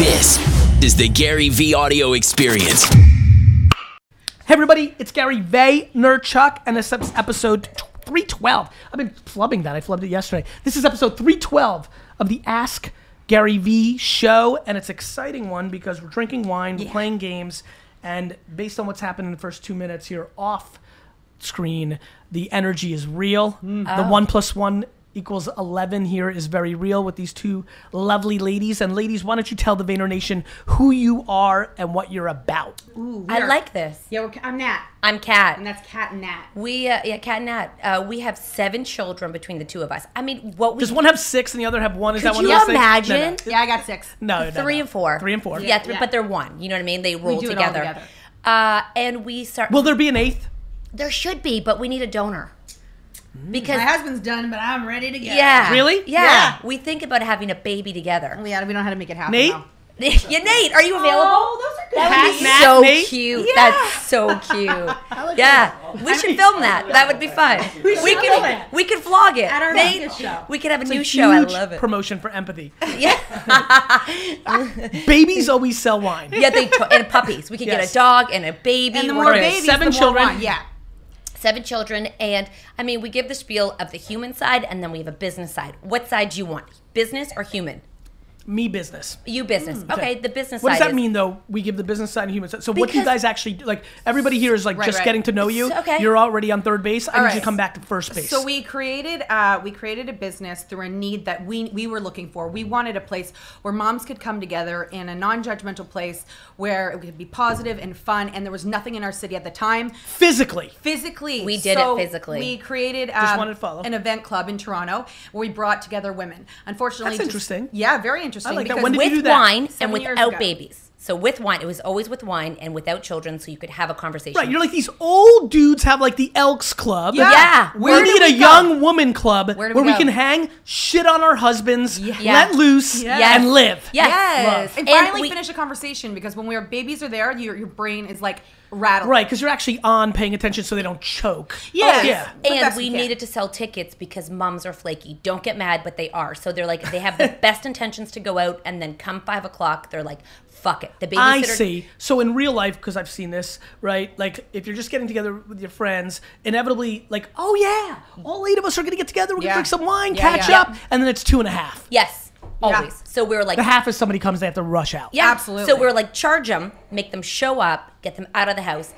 This is the Gary V audio experience. Hey everybody, it's Gary Vaynerchuk, and this is episode 312. I've been flubbing that. I flubbed it yesterday. This is episode 312 of the Ask Gary V show, and it's an exciting one because we're drinking wine, we're playing games, and based on what's happened in the first two minutes here off screen, the energy is real. The one plus one equals 11 here is very real with these two lovely ladies. And ladies, why don't you tell the Vayner Nation who you are and what you're about? I like this. Yeah, we're, I'm Nat, I'm Kat. and that's Cat and Nat. we uh, yeah, Kat and Nat. Uh, we have seven children between the two of us. I mean, what we Does one have six and the other have one? Is that one you of those things? imagine? No, no. Yeah, I got six. No, no, three no. and four, Three and four. Yeah, three, yeah. but they're one. You know what I mean? They roll do it all together. together. Uh, and we start. Will Well, there be an eighth? there should be, but we need a donor because My husband's done, but I'm ready to go. yeah, Mm. Really? yeah. Yeah. Oh we think about having a baby together. Yeah, we don't know how to make it happen. Nate? though. yeah, Nate, are you available? Oh, those are good. That would Pat, be Matt, so Nate? cute. That's so cute. yeah, we should film that. That would be fun. we should could film it. we could vlog it. At our Nate, Vegas show. We could have a new Huge show. I love it. Promotion for empathy. yeah, Babies always sell wine. yeah. They to- and puppies. We could get Yes. a dog and a baby. And the more We're gonna- Okay, babies, seven the more children. wine. Yeah. seven children, and I mean, we give the spiel of the human side, and then we have a business side. What side do you want? Business or human? Me business. You business. okay. the business What side. does that is- mean though? We give the business side and human side. So what do you Because- guys actually do? Like everybody here is like Right, just right. getting to know you. So- okay. You're already on third base. I need you right. to come back to first base. So we created uh, we created a business through a need that we we were looking for. We wanted a place where moms could come together in a non-judgmental place where it could be positive and fun. And there was nothing in our city at the time physically. physically. We did it so physically. We created um, wanted to follow. an event club in Toronto where we brought together women. Unfortunately, That's just- interesting. Yeah, very interesting. I like that. because When did you with do that? wine and Seven years without ago. babies. So with wine, it was always with wine and without children, so you could have a conversation. Right. You're like these old dudes have like the Elks Club. Yeah. Yeah. We Where do need we a go? young woman club where, Where do we we go? can hang, shit on our husbands, Yeah. let loose, Yes. and live. Yes. Yes, and, And finally we- finish a conversation because when we are babies are there, your, your brain is like rattled. Right, because you're actually on paying attention so they don't choke. Oh, Yes. Yeah. The and best we we can. needed to sell tickets because moms are flaky. Don't get mad, but they are. So they're like, they have the best intentions to go out, and then come five o'clock, they're like, fuck it. The babysitter. I see. So in real life, because I've seen this, right? Like if you're just getting together with your friends, inevitably, like, oh yeah, all eight of us are gonna get together. We're gonna Yeah. drink some wine, Yeah, catch yeah. up, and then it's two and a half. Yes, always. So we were like, The half is somebody comes, they have to rush out. yeah. Absolutely. So we were like, charge them, make them show up, get them out of the house.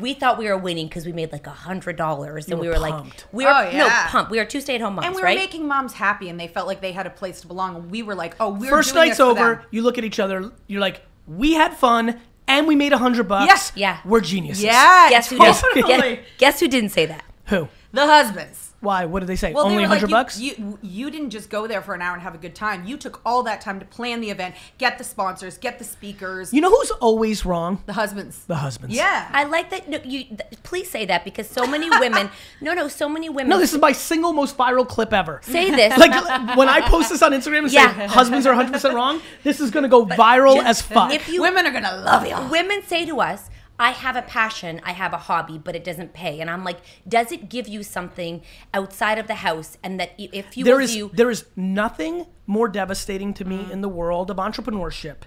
We thought we were winning because we made like a hundred dollars, and were we were pumped. like, we were Oh, yeah. no pump. We are two stay at home moms, And we were right? making moms happy, and they felt like they had a place to belong. And we were like, "Oh, we're First doing night's this for over, them. you look at each other, you're like, we had fun and we made a hundred bucks. Yeah. Yeah. We're geniuses. Yeah, guess who? totally. Didn't, guess, Totally. guess who didn't say that? Who? the husbands. Why? What did they say? Well, Only they a were like, hundred you, bucks? You you didn't just go there for an hour and have a good time. You took all that time to plan the event, get the sponsors, get the speakers, You know who's always wrong? the husbands. The husbands. yeah, I like that. No, you th- please say that because so many women. no, no, so many women. No, this is my single most viral clip ever. say this. like when I post this on Instagram and say Yeah. husbands are 100 percent wrong, this is gonna go viral just- as fuck. if you- women are gonna love you. women say to us, I have a passion, I have a hobby, but it doesn't pay. And I'm like, does it give you something outside of the house? And that i- if you there will is do- there is nothing more devastating to Mm. me in the world of entrepreneurship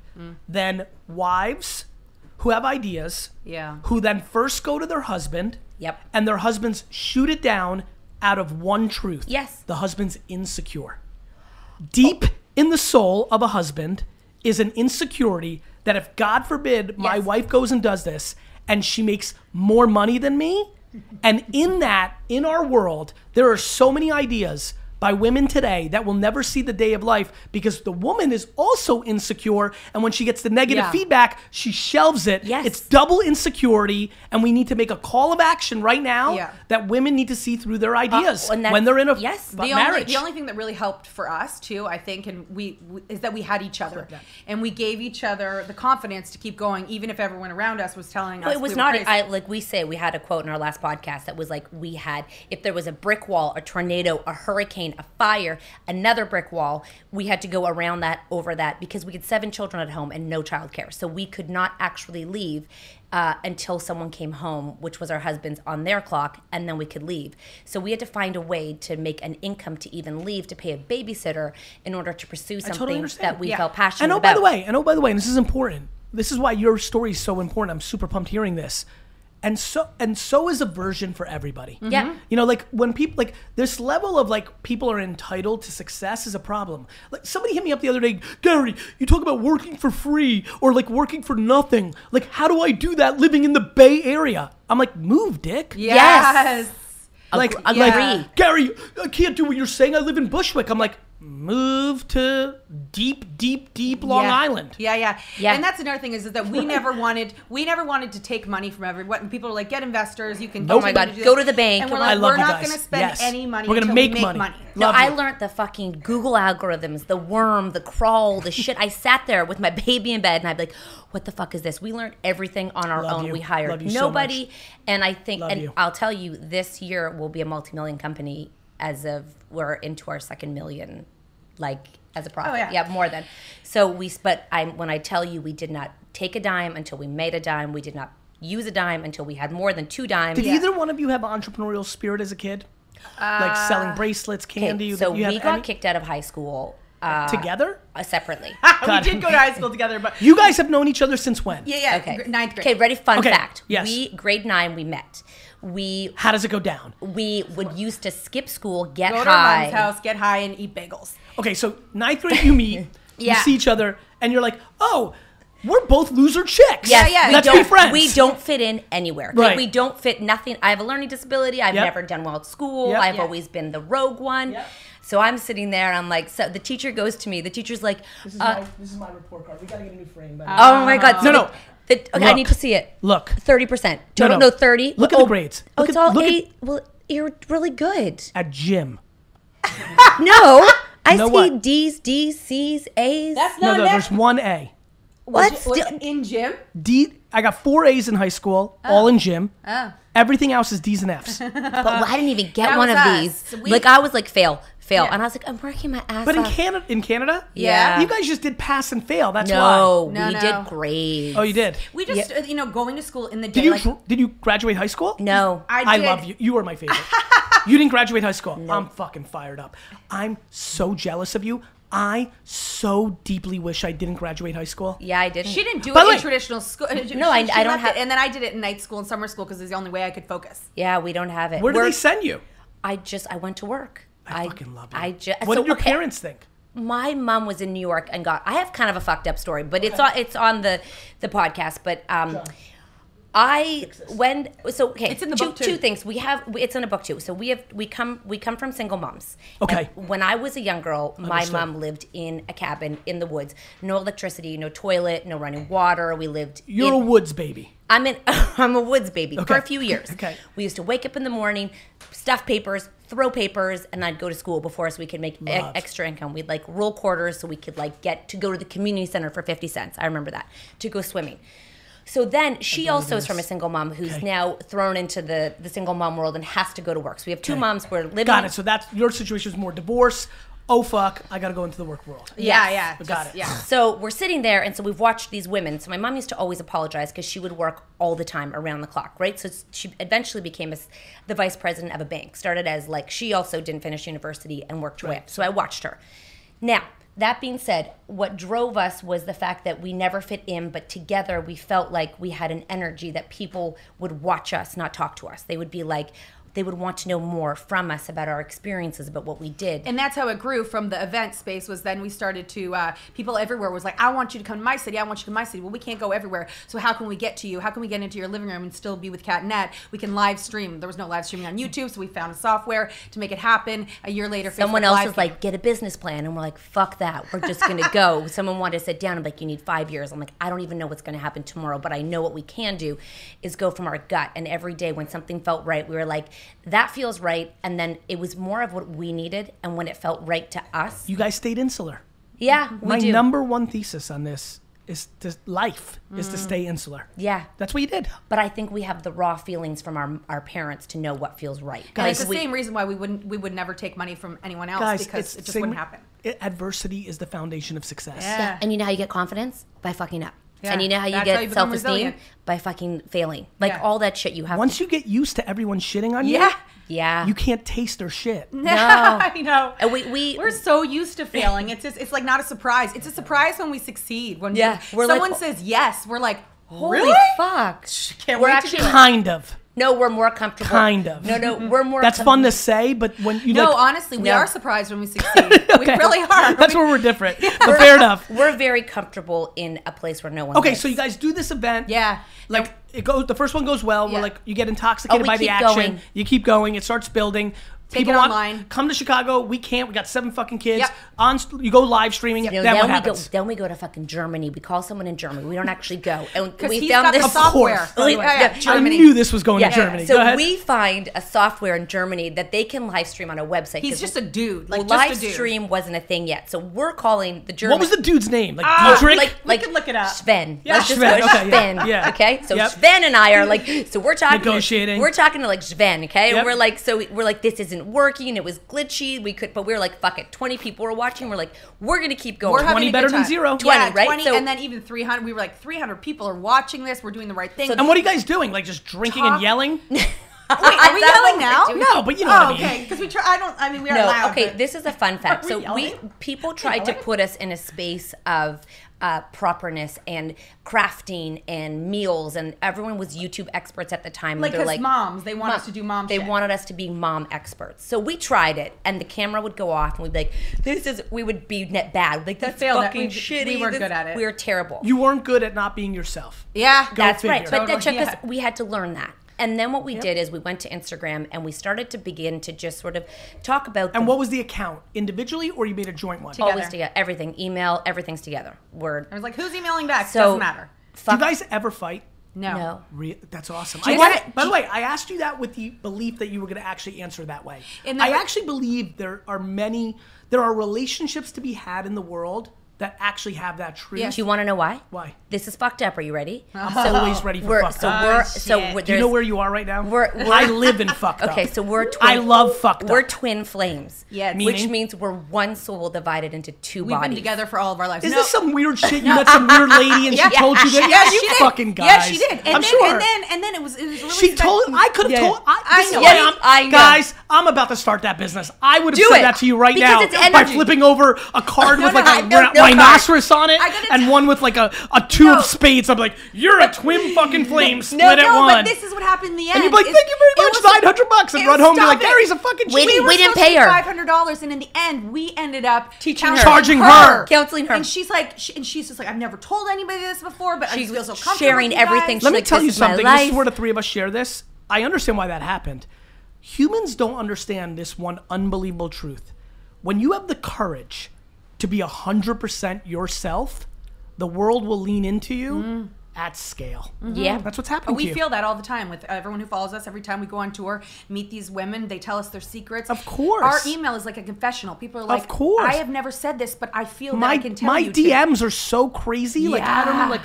than wives who have ideas, Yeah. who then first go to their husband, Yep. and their husbands shoot it down out of one truth. Yes. the husband's insecure. Deep in the soul of a husband is an insecurity that if God forbid my Yes. wife goes and does this and she makes more money than me, and in that, in our world, there are so many ideas by women today that will never see the day of life because the woman is also insecure and when she gets the negative Yeah. feedback she shelves it Yes. it's double insecurity and we need to make a call of action right now Yeah. that women need to see through their ideas and that's- when they're in a yes. fu- The the marriage Only, the only thing that really helped for us too, I think, and we, we is that we had each other, and we gave each other the confidence to keep going, even if everyone around us was telling us Well, it was we were not. crazy. I like we say we had a quote in our last podcast that was like we had if there was a brick wall, a tornado, a hurricane, hurricane, a fire, another brick wall. We had to go around that, over that, because we had seven children at home and no childcare. So we could not actually leave uh, until someone came home, which was our husband's on their clock, and then we could leave. So we had to find a way to make an income to even leave to pay a babysitter in order to pursue something understand. that we Yeah. felt passionate And oh, about. by the way, and oh, by the way, and this is important. This is why your story is so important. I'm super pumped hearing this. And so and so is a version for everybody. Yeah. Mhm. You know, like when people like this level of like people are entitled to success is a problem. Like somebody hit me up the other day, Gary, you talk about working for free or like working for nothing. Like how do I do that living in the Bay Area? I'm like, move, dick. Yeah. Yes. Like, Ag- like, agree. Gary, I can't do what you're saying. I live in Bushwick. I'm like, move to deep, deep, deep Long Yeah. Island. Yeah, yeah, Yeah. And that's another thing is that we never wanted we never wanted to take money from everyone. And people are like, get investors. You can. Nope. Oh do my it, God, you do go it." to the bank. And we're Come on. like, I love we're you not guys. going to spend Yes. any money. We're gonna until make we make money. No, Love I you. learned the fucking Google algorithms, the worm, the crawl, the shit. I sat there with my baby in bed and I'd be like, what the fuck is this? We learned everything on our Love own. you. We hired Love you so nobody. and I think, Love and you. I'll tell you, this year we'll be a multi million company as of we're into our second million, like as a Oh, profit. yeah. more than. So we, s- but I, when I tell you, we did not take a dime until we made a dime. We did not use a dime until we had more than two dimes. Did either one of you have entrepreneurial spirit as a kid? like selling bracelets, candy. Uh, Okay, you- so you have we got any- kicked out of high school uh, together. uh, separately. God. We did go to high school together, but You guys have known each other since when? yeah, yeah, Okay. gr- ninth grade. Okay, ready? Fun Okay, fact. yes. We grade nine. We met. We How does it go down? we would used to skip school, get Go to our high. mom's house, get high, and eat bagels. Okay, so ninth grade, you meet, you Yeah. see each other, and you're like, oh, we're both loser chicks. Yes, Yeah, yeah, We Let's don't, be friends. We don't fit in anywhere. Okay, Right. We don't fit nothing. I have a learning disability. I've Yep. never done well at school. Yep. I've Yeah. always been the rogue one. Yep. So I'm sitting there. I'm like, so the teacher goes to me. The teacher's like, uh, this is my report card. We gotta get a new frame. oh my god. So No, no. the- the- okay, I Look. need to see it. Look. Thirty percent. Total. no. No, thirty. Look at the grades. Oh, Look it's at- all look at- eight. well, you're really good. At gym. No, I No see what? D's, D's, C's, A's. That's No, not no, there's one A. what? Was Still- it in gym? D. I got four A's in high school, Oh. all in gym. Everything else is D's and F's. but I didn't even get That one was of us. these. We- like I was like fail, fail, Yeah. and I was like I'm working my ass But in off. Canada, in Canada, Yeah. you guys just did pass and fail. That's no, No, we no. did great. why. Oh, you did. We just, uh, you know, going to school in the day. Did you like, did you graduate high school? no, I- I did. love you. You are my favorite. you didn't graduate high school. I'm fucking fired up. I'm so jealous of you. I so deeply wish I didn't graduate high school. yeah, I didn't. she didn't do By it the in way- traditional school. No, I- I don't have- It, and then I did it in night school and summer school because it's the only way I could focus. Yeah, we don't have it. Where did We're- they send you? I just I went to work. I, fucking love you. I just. what so, did your okay, parents think? my mom was in New York and got. I have kind of a fucked up story, but it's on it's on the the podcast. But um, I when so okay, It's in the two, book, too. Two things we have. It's in a book too. So we have we come we come from single moms. Okay. And when I was a young girl, my Understood. mom lived in a cabin in the woods. No electricity, no toilet, no running water. We lived. You're in, a woods baby. I'm in. I'm a woods baby for a Okay. few years. Okay. We used to wake up in the morning, stuff papers, throw papers, and I'd go to school before so we could make e- Love. extra income. We'd like roll quarters so we could like get to go to the community center for fifty cents. I remember that to go swimming. So then she also is from a single mom who's Okay. now thrown into the the single mom world and has to go to work. So we have two Okay. moms. We're living. Got it. So that's your situation is more divorce. Oh fuck, I gotta go into the work world. Yeah, Yes. yeah. Got just- it. Yeah. So we're sitting there, and so we've watched these women. So my mom used to always apologize because she would work all the time around the clock, right? So it's- she eventually became a s the vice president of a bank. Started as like she also didn't finish university and worked her way up. So I watched her. Now that being said, what drove us was the fact that we never fit in, but together we felt like we had an energy that people would watch us, not talk to us. They would be like. They would want to know more from us about our experiences, about what we did. and that's how it grew from the event space was then we started to uh, people everywhere was like i want you to come to my city i want you to come to my city well we can't go everywhere so how can we get to you how can we get into your living room and still be with cat and nat we can live stream there was no live streaming on youtube so we found a software to make it happen a year later Someone Facebook else Live is like, get a business plan. And we're like, fuck that. We're just going to go. Someone wanted to sit down and be like, you need five years. I'm like, I don't even know what's going to happen tomorrow, but I know what we can do is go from our gut. And every day when something felt right, we were like, that feels right. And then it was more of what we needed and when it felt right to us. You guys stayed insular. Yeah, we My do. number one thesis on this is to life is Mm. to stay insular. Yeah. That's what you did. But I think we have the raw feelings from our our parents to know what feels right. And it's Like the we- same reason why we wouldn't we would never take money from anyone else because it just same- wouldn't happen. i- adversity is the foundation of success. Yeah. And you know how you get confidence? By fucking up. Yeah. And you know how you That's get how you become self esteem? resilient. By fucking failing. Like Yeah. all that shit you have. Once you get used to everyone shitting on Yeah. you, yeah. you can't taste their shit. No. I know. And we, we, We're so used to failing. It's just, it's like not a surprise. It's a surprise when we succeed. When Yeah, we, we're like- someone says yes, we're like, holy really? fuck. Can't we're wait to actually, do it. Mm-hmm. Kind of. no, we're more comfortable. Kind of. No, no, we're more That's com- fun to say, but when you No, like, honestly, we No. are surprised when we succeed. We really are. That's We- where we're different. But fair enough. We're very comfortable in a place where no one Okay, lives. so you guys do this event. Yeah. Like it goes. The first one goes well. Yeah. We're like you get intoxicated Oh, we by the keep action. going. You keep going. It starts building. Take People it want- online. Come to Chicago. We can't. We got seven fucking kids. Yep. On st- you go live streaming. You know, Then what we go. happens? Then we go to fucking Germany. We call someone in Germany. We don't actually go. And Because we he's found got this the software. course. by the way. Oh, Yeah, Yeah, I Germany. knew this was going Yeah. to Germany. So go ahead. we find a software in Germany that they can live stream on a website. He's 'cause just a dude. Like live just a dude. stream wasn't a thing yet. So we're calling the German. what was the dude's name? Like Ah, Dietrich. Like, We like can look it up. Sven. Yeah, Let's just Sven, go okay, yeah, Sven. yeah. Okay. So Yep. Sven and I are like, so we're talking Negotiating. We're talking to like Sven. Okay. And Yep. We're like, so we- we're like, this isn't working. It was glitchy. We could, but we were like, fuck it. Twenty people were watching. We're like, we're gonna keep going. We're having 20 a good better than time. zero. 20, right? Twenty, So- and then even three hundred. We were like, three hundred people are watching this. We're doing the right thing. So and what are you guys doing? Like just drinking Talk. and yelling? Wait, are we yelling That's what now? we're doing. no, but you know what I Oh, mean. okay. Because we try. I don't. I mean, we are no, loud. okay. but- This is a fun fact. Are so we we yelling? people tried to put us in a space of uh, properness and crafting and meals, and everyone was YouTube experts at the time. Like, they're 'cause moms, they want us to do mom They shit. wanted us to be mom experts. So we tried it, and the camera would go off, and we'd be like, "This is." We would be net bad. Like that's failed at- fucking we- shitty. we weren't This- good at it. We were terrible. You weren't good at not being yourself. Yeah. That's right. figure. But that took Totally, us, yeah. we had to learn that. And then what we did is we went to Instagram and we started to begin to just sort of talk about And the- what was the account? Individually, or you made a joint one? Always together. together. Everything. Email, everything's together. Word. I was like, who's emailing back? So- Doesn't matter. Do Fuck you guys ever fight? No. no. Re- that's awesome. I you wanted- guys- by the way, I asked you that with the belief that you were going to actually answer that way. And I that- actually believe there are many, there are relationships to be had in the world that actually have that truth. Yeah. Do you want to know why? Why? This is fucked up. Are you ready? I'm always ready for we're, fucked so up. We're, Oh, so shit. we're, Do you know there's- where you are right now? We're- we're- I live in fucked up. Okay, so we're twin. I love fucked We're up. twin flames. Yes. Which Meaning? means we're one soul divided into 2 We've bodies. been together for all of our lives. Is No. this some weird shit? You met some weird lady and she told you that? Yeah, you she did. fucking guys. Yeah, she did. And I'm then, sure. And then, and then it was. It was really She spec- told. I could have Yeah. told. I, I this know. Is why I'm, I know. Guys, I'm about to start that business. I would have Do said it. that to you right Because now it's by energy. flipping over a card No, with no, like I- a no, ra- no rhinoceros on it I gotta and tell- one with like a, a two No. of spades. I'm like, you're a twin fucking flame split No, at no, one. but this is what happened in the end. and you'd be like, It- thank you very it much, was a- nine hundred bucks, and it- run home. You're stop like, it. Gary's a fucking We genius. didn't- we didn't pay her. five hundred dollars, and in the end, we ended up Teaching counseling her. Charging her. Counseling her. and she's like, she, and she's just like, I've never told anybody this before, but I She's just feel so comfortable sharing with you guys." everything she- Let me like, tell this you is my something. This is life. where the three of us share this. I understand why that happened. Humans don't understand this one unbelievable truth. When you have the courage to be 100% yourself, the world will lean into you Mm. at scale. Yeah. That's what's happening But we to you. feel that all the time with everyone who follows us. Every time we go on tour, meet these women, they tell us their secrets. Of course. our email is like a confessional. People are like, course. I have never said this, but I feel that I my can tell my you." to." DMs are so crazy. Like I don't know, Yeah. like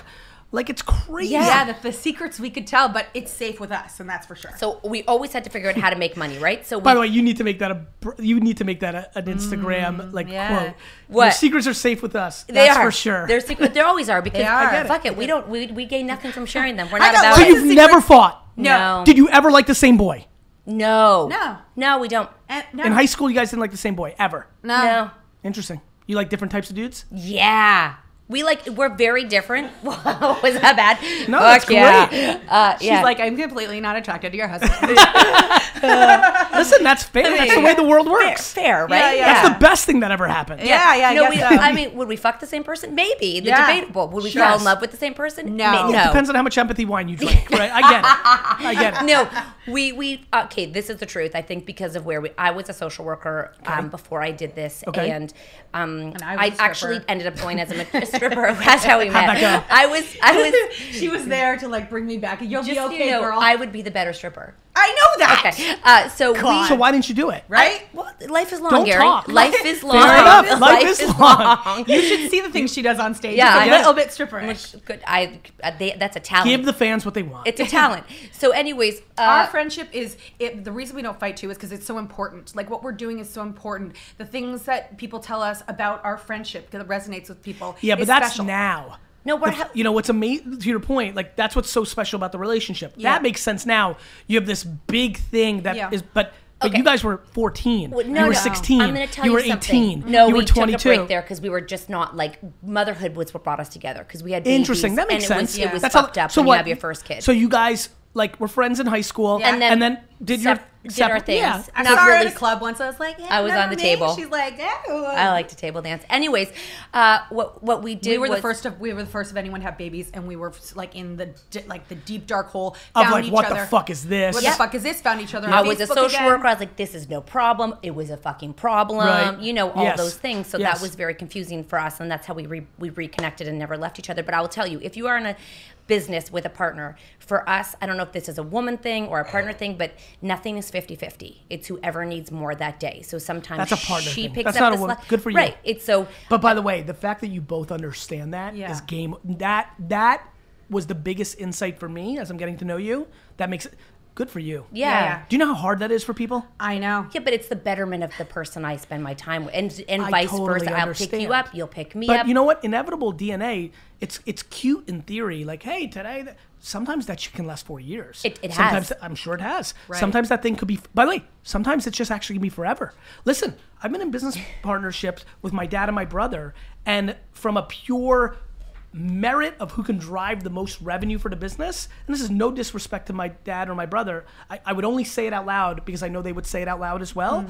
like it's crazy. Yeah, that the secrets we could tell, but it's safe with us, and that's for sure. So we always had to figure out how to make money, right? So we, By the way, you need to make that a br- you need to make that a, an Instagram like Mm, yeah. quote. Your What? secrets are safe with us. they That's are for sure. They're secret. They always are because They are. I get it. fuck it, we don't we, we gain nothing from sharing them. We're I not got about so lots it. of you've never secrets. fought. No. Did you ever like the same boy? No. No. No, we don't. And- no, In high school, you guys didn't like the same boy ever. no. No. Interesting. You like different types of dudes? Yeah. We like we're very different. Was that bad? No, that's Fuck yeah. great. Uh, She's yeah. like, I'm completely not attracted to your husband. Listen, that's fair. That's the way the world works. fair, right? Yeah, yeah. That's the best thing that ever happened. Yeah, yeah, I no, guess we, so. I mean, would we fuck the same person? Maybe. The Yeah. debatable. Would we Sure. fall in love with the same person? No. May- It no. Depends on how much empathy wine you drink, right? I get it. I get it. no, we we okay. This is the truth. I think because of where we, I was a social worker um, before I did this, Okay. and um, And I was I, a stripper. actually ended up going as a, ma- stripper. That's how we met. that go? I was I was she was there to like bring me back. You'll just be okay, you know girl. I would be the better stripper. I I know that. Okay. Uh, so we. So why didn't you do it? Right? Well, life is long, Don't Gary. talk. Life is long. enough. Life is long. You should see the things she does on stage. Yeah, Yeah, I it's a know. little bit stripperish. Look, good. I. Uh, they, that's a talent. Give the fans what they want. it's a talent. So, anyways, uh, Our friendship is it, the reason we don't fight too is because it's so important. Like what we're doing is so important. The things that people tell us about our friendship that resonates with people. yeah, but is that's special. now. No, we're The- ha- you know what's amazing to your point. Like that's what's so special about the relationship. Yeah. That makes sense now. You have this big thing that is, Yeah. but but Okay. you guys were 14. Well, you were no. 16. I'm going to tell you, you were something. 18. No, you we were 22. took a break there because we were just not like motherhood was what brought us together because we had babies, Interesting. That makes and sense. It was, it was That's how- fucked up so when what- you have your first kid. So you guys like were friends in high school, Yeah. and, then, did your sep- did sep- our things. Yeah. I Not saw her really- at a club once. I was like, yeah, I was on remember the me? table. She's like, oh. I like to table dance. Anyways, uh, what what we did we were was, the first of we were the first of anyone to have babies, and we were like in the di- like the deep dark hole. Of, found like, each what the other. fuck is this? What Yeah. the fuck is this? Found each other. I on was a Facebook social again. worker. I was like, this is no problem. It was a fucking problem. Right. You know, all Yes. those things. So Yes. that was very confusing for us. And that's how we, re- we reconnected and never left each other. But I will tell you, if you are in a business with a partner, for us, I don't know if this is a woman thing or a partner thing, but nothing is 50 50. It's whoever needs more that day. So sometimes That's a partner she thing. picks That's up not a the woman- slack. good for you. Right. It's so. But by the way, the fact that you both understand that is Yeah. game. That that was the biggest insight for me as I'm getting to know you. That makes it good for you. Yeah. Yeah. Do you know how hard that is for people? I know. Yeah, but it's the betterment of the person I spend my time with, and and I vice totally versa. I'll pick you understand. up, you'll pick me But up. you know what? Inevitable DNA. It's it's cute in theory. Like, hey, today. th- Sometimes that shit can last four years. It- it sometimes, has. I'm sure it has. Sometimes that thing could be. By the way, sometimes it's just actually gonna be forever. Listen, I've been in business partnerships with my dad and my brother, and from a pure merit of who can drive the most revenue for the business, and this is no disrespect to my dad or my brother. I, I would only say it out loud because I know they would say it out loud as well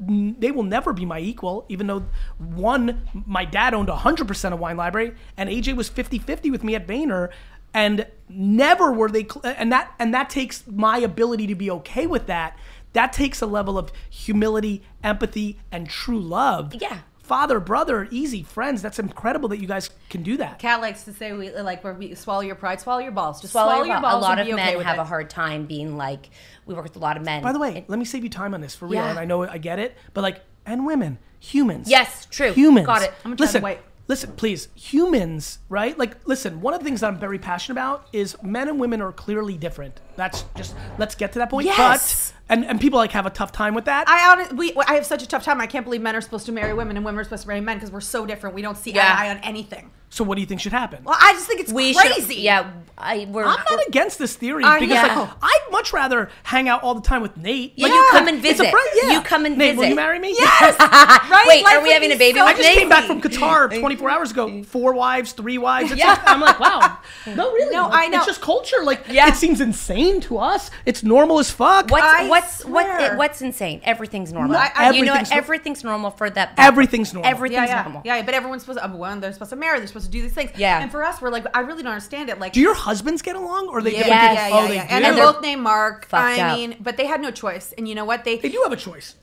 Mm. n- they will never be my equal, even though one, my dad owned 100% of Wine Library, and AJ was 50 50 with me at Vayner. And never were they, cl- and that and that takes my ability to be okay with that. That takes a level of humility, empathy, and true love. Yeah. father, brother, easy friends. That's incredible that you guys can do that. Cat likes to say we like where we swallow your pride, swallow your balls, just swallow swallow, your your bra- balls. A lot and of be men okay with have it. a hard time being like, we work with a lot of men. By the way, And- let me save you time on this for real. Yeah. And I know I get it, but like, and women, humans. Yes, true. Humans. Got it. I'm trying to listen, wait. listen, please. Humans, right? Like, listen. One of the things that I'm very passionate about is men and women are clearly different. That's just let's get to that point. Yes. But and and people like have a tough time with that. I honest, we I have such a tough time. I can't believe men are supposed to marry women and women are supposed to marry men because we're so different. We don't see Yeah. eye to eye on anything. so what do you think should happen? Well, I just think it's we should- crazy. yeah, I, we're, I'm we're- not against this theory I because know. like oh, I'd much rather hang out all the time with Nate. Yeah, Like, you like, come and it's a visit. friend- yeah. You come and Nate, will visit. you marry me? Yes. right. Wait, Life are we would having be a baby so I with just Nate? came back from Qatar 24 hours ago. Four wives, three wives. It's Yeah. like- I'm like, wow. No, really. No, like, I know. It's just culture. Like, Yeah. it seems insane to us. It's normal as fuck. I What's what's what's swear. it, what's insane? Everything's normal. I- I- you know Everything's what? nor- Everything's normal for that. Everything's normal. Everything's Yeah, yeah, normal. yeah, yeah. But everyone's supposed to, um, one, they're supposed to marry, they're supposed to do these things. Yeah. And for us, we're like, I really don't understand it. Like, Do your husbands get along, or are they? yeah, different people? yeah, yeah, Oh, yeah, they yeah. do. And they're both named Mark. Fucked I up. mean, but they had no choice. And you know what? They, They do have a choice.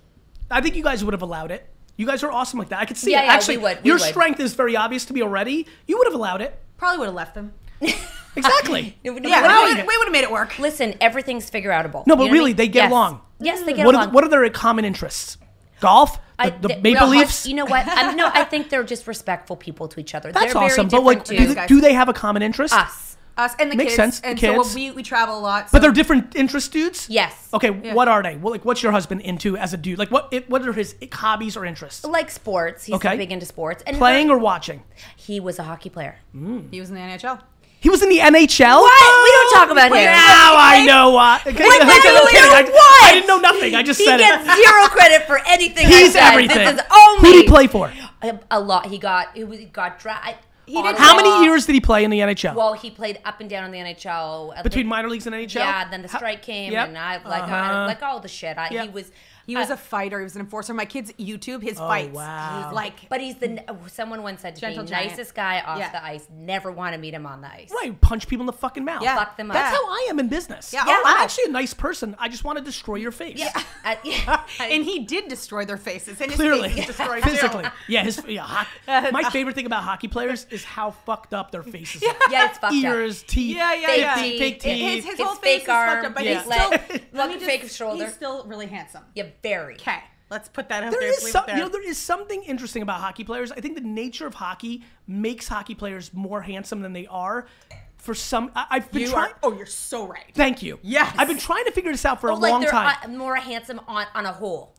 I think you guys would have allowed it. You guys are awesome like that. I could see Yeah, it. yeah, we Actually, would, we your would. strength is very obvious to me already. You would have allowed it. probably would have left them. Exactly. No, no, Yeah, no, allowed we it. would have made it work. Listen, everything's figure outable. No, but You know what I really, mean? they get Yes. along. Yes, they get What are, along. the, what are their common interests? Golf. The, I- the they- Maple well, I- Leafs. You know what? I, no, I think they're just respectful people to each other. That's they're awesome. Very But like, different do, you- to they- guys. do they have a common interest? us. Us and the Makes kids. sense, the And kids. so we, we travel a lot. So But they're different interest dudes. Yes. Okay. What are they? Well, like, what's your husband into as a dude? Like, what it, what are his hobbies or interests? Like sports. He's Okay. big into sports. And Playing or watching? He was a hockey player. he was in the NHL. He was in the NHL. What? We don't talk about him. Now I know why. Okay, Wait, I'm wait, kidding, I'm wait, kidding. wait, I, what? I didn't know nothing. I just He said gets it. zero credit for anything. I He's said. everything. This is only. Who did he play for? A, a lot. He got. He was- he got drafted. He did- How many years did he play in the NHL? Well, he played up and down in the NHL. I Between think- minor leagues and NHL. Yeah. Then the How- strike came, Yep. and I like I- Uh-huh. like all the shit. I, Yep. He was. He was a fighter. He was an enforcer. My kids YouTube his fights. wow. Like Oh, But he's the someone once said Gentle the giant. nicest guy off Yeah. the ice. Never want to meet him on the ice. Right, punch people in the fucking mouth. Yeah. Fuck them up. That's how I am in business. Yeah, Oh, oh, I'm wow. actually a nice person. I just want to destroy your face. Yeah. Uh, yeah. and he did destroy their faces. And his Clearly, face is destroyed too. physically, yeah. His yeah, hoc- my favorite thing about hockey players is how fucked up their faces are. Yeah, it's fucked up. Ears, teeth, Yeah, yeah, fake yeah. teeth, fake It- teeth. His, his His whole fake face is fucked arm, up, but yeah. he's still leg, let me look, fake shoulder. He's still really handsome. yeah, very. Okay, let's put that out there. there is Leave it some, there. you know, there is something interesting about hockey players. I think the nature of hockey makes hockey players more handsome than they are. For some, I, I've been you trying. are. Oh, you're so right. Thank you. Yes. I've been trying to figure this out for a like long they're time. uh, more handsome on, on a whole.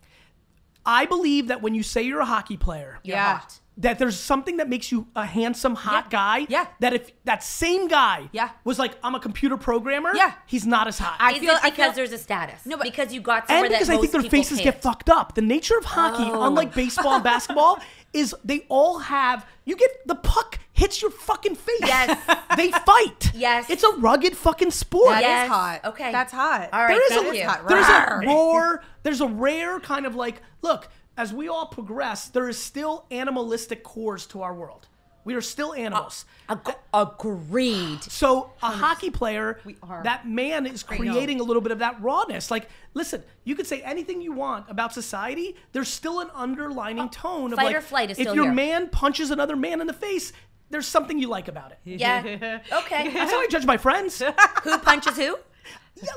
I believe that when you say you're a hockey player, You're Yeah. hot. that there's something that makes you a handsome, hot Yeah. guy. Yeah. That if that same guy Yeah. was like, I'm a computer programmer. Yeah. He's not as hot. I Is feel- it I because feel- there's a status? No, but- because you got somewhere and because that I most think their people faces can't. get fucked up. The nature of hockey, unlike baseball and basketball, is they all have you get the puck hits your fucking face. Yes. they fight. Yes. It's a rugged fucking sport. That is Yes. hot. Okay. That's hot. All right, There is thank a you. hot. there's Rawr. a roar. There's a rare kind of like look. As we all progress, there is still animalistic cores to our world. We are still animals. Ag- agreed. So a hockey player, are. that man is creating a little bit of that rawness. Like, listen, you could say anything you want about society. There's still an underlining tone of Oh, fight like, or flight is if still your here. man punches another man in the face, there's something you like about it. Yeah. That's Okay. how I judge my friends. yeah, who punches who?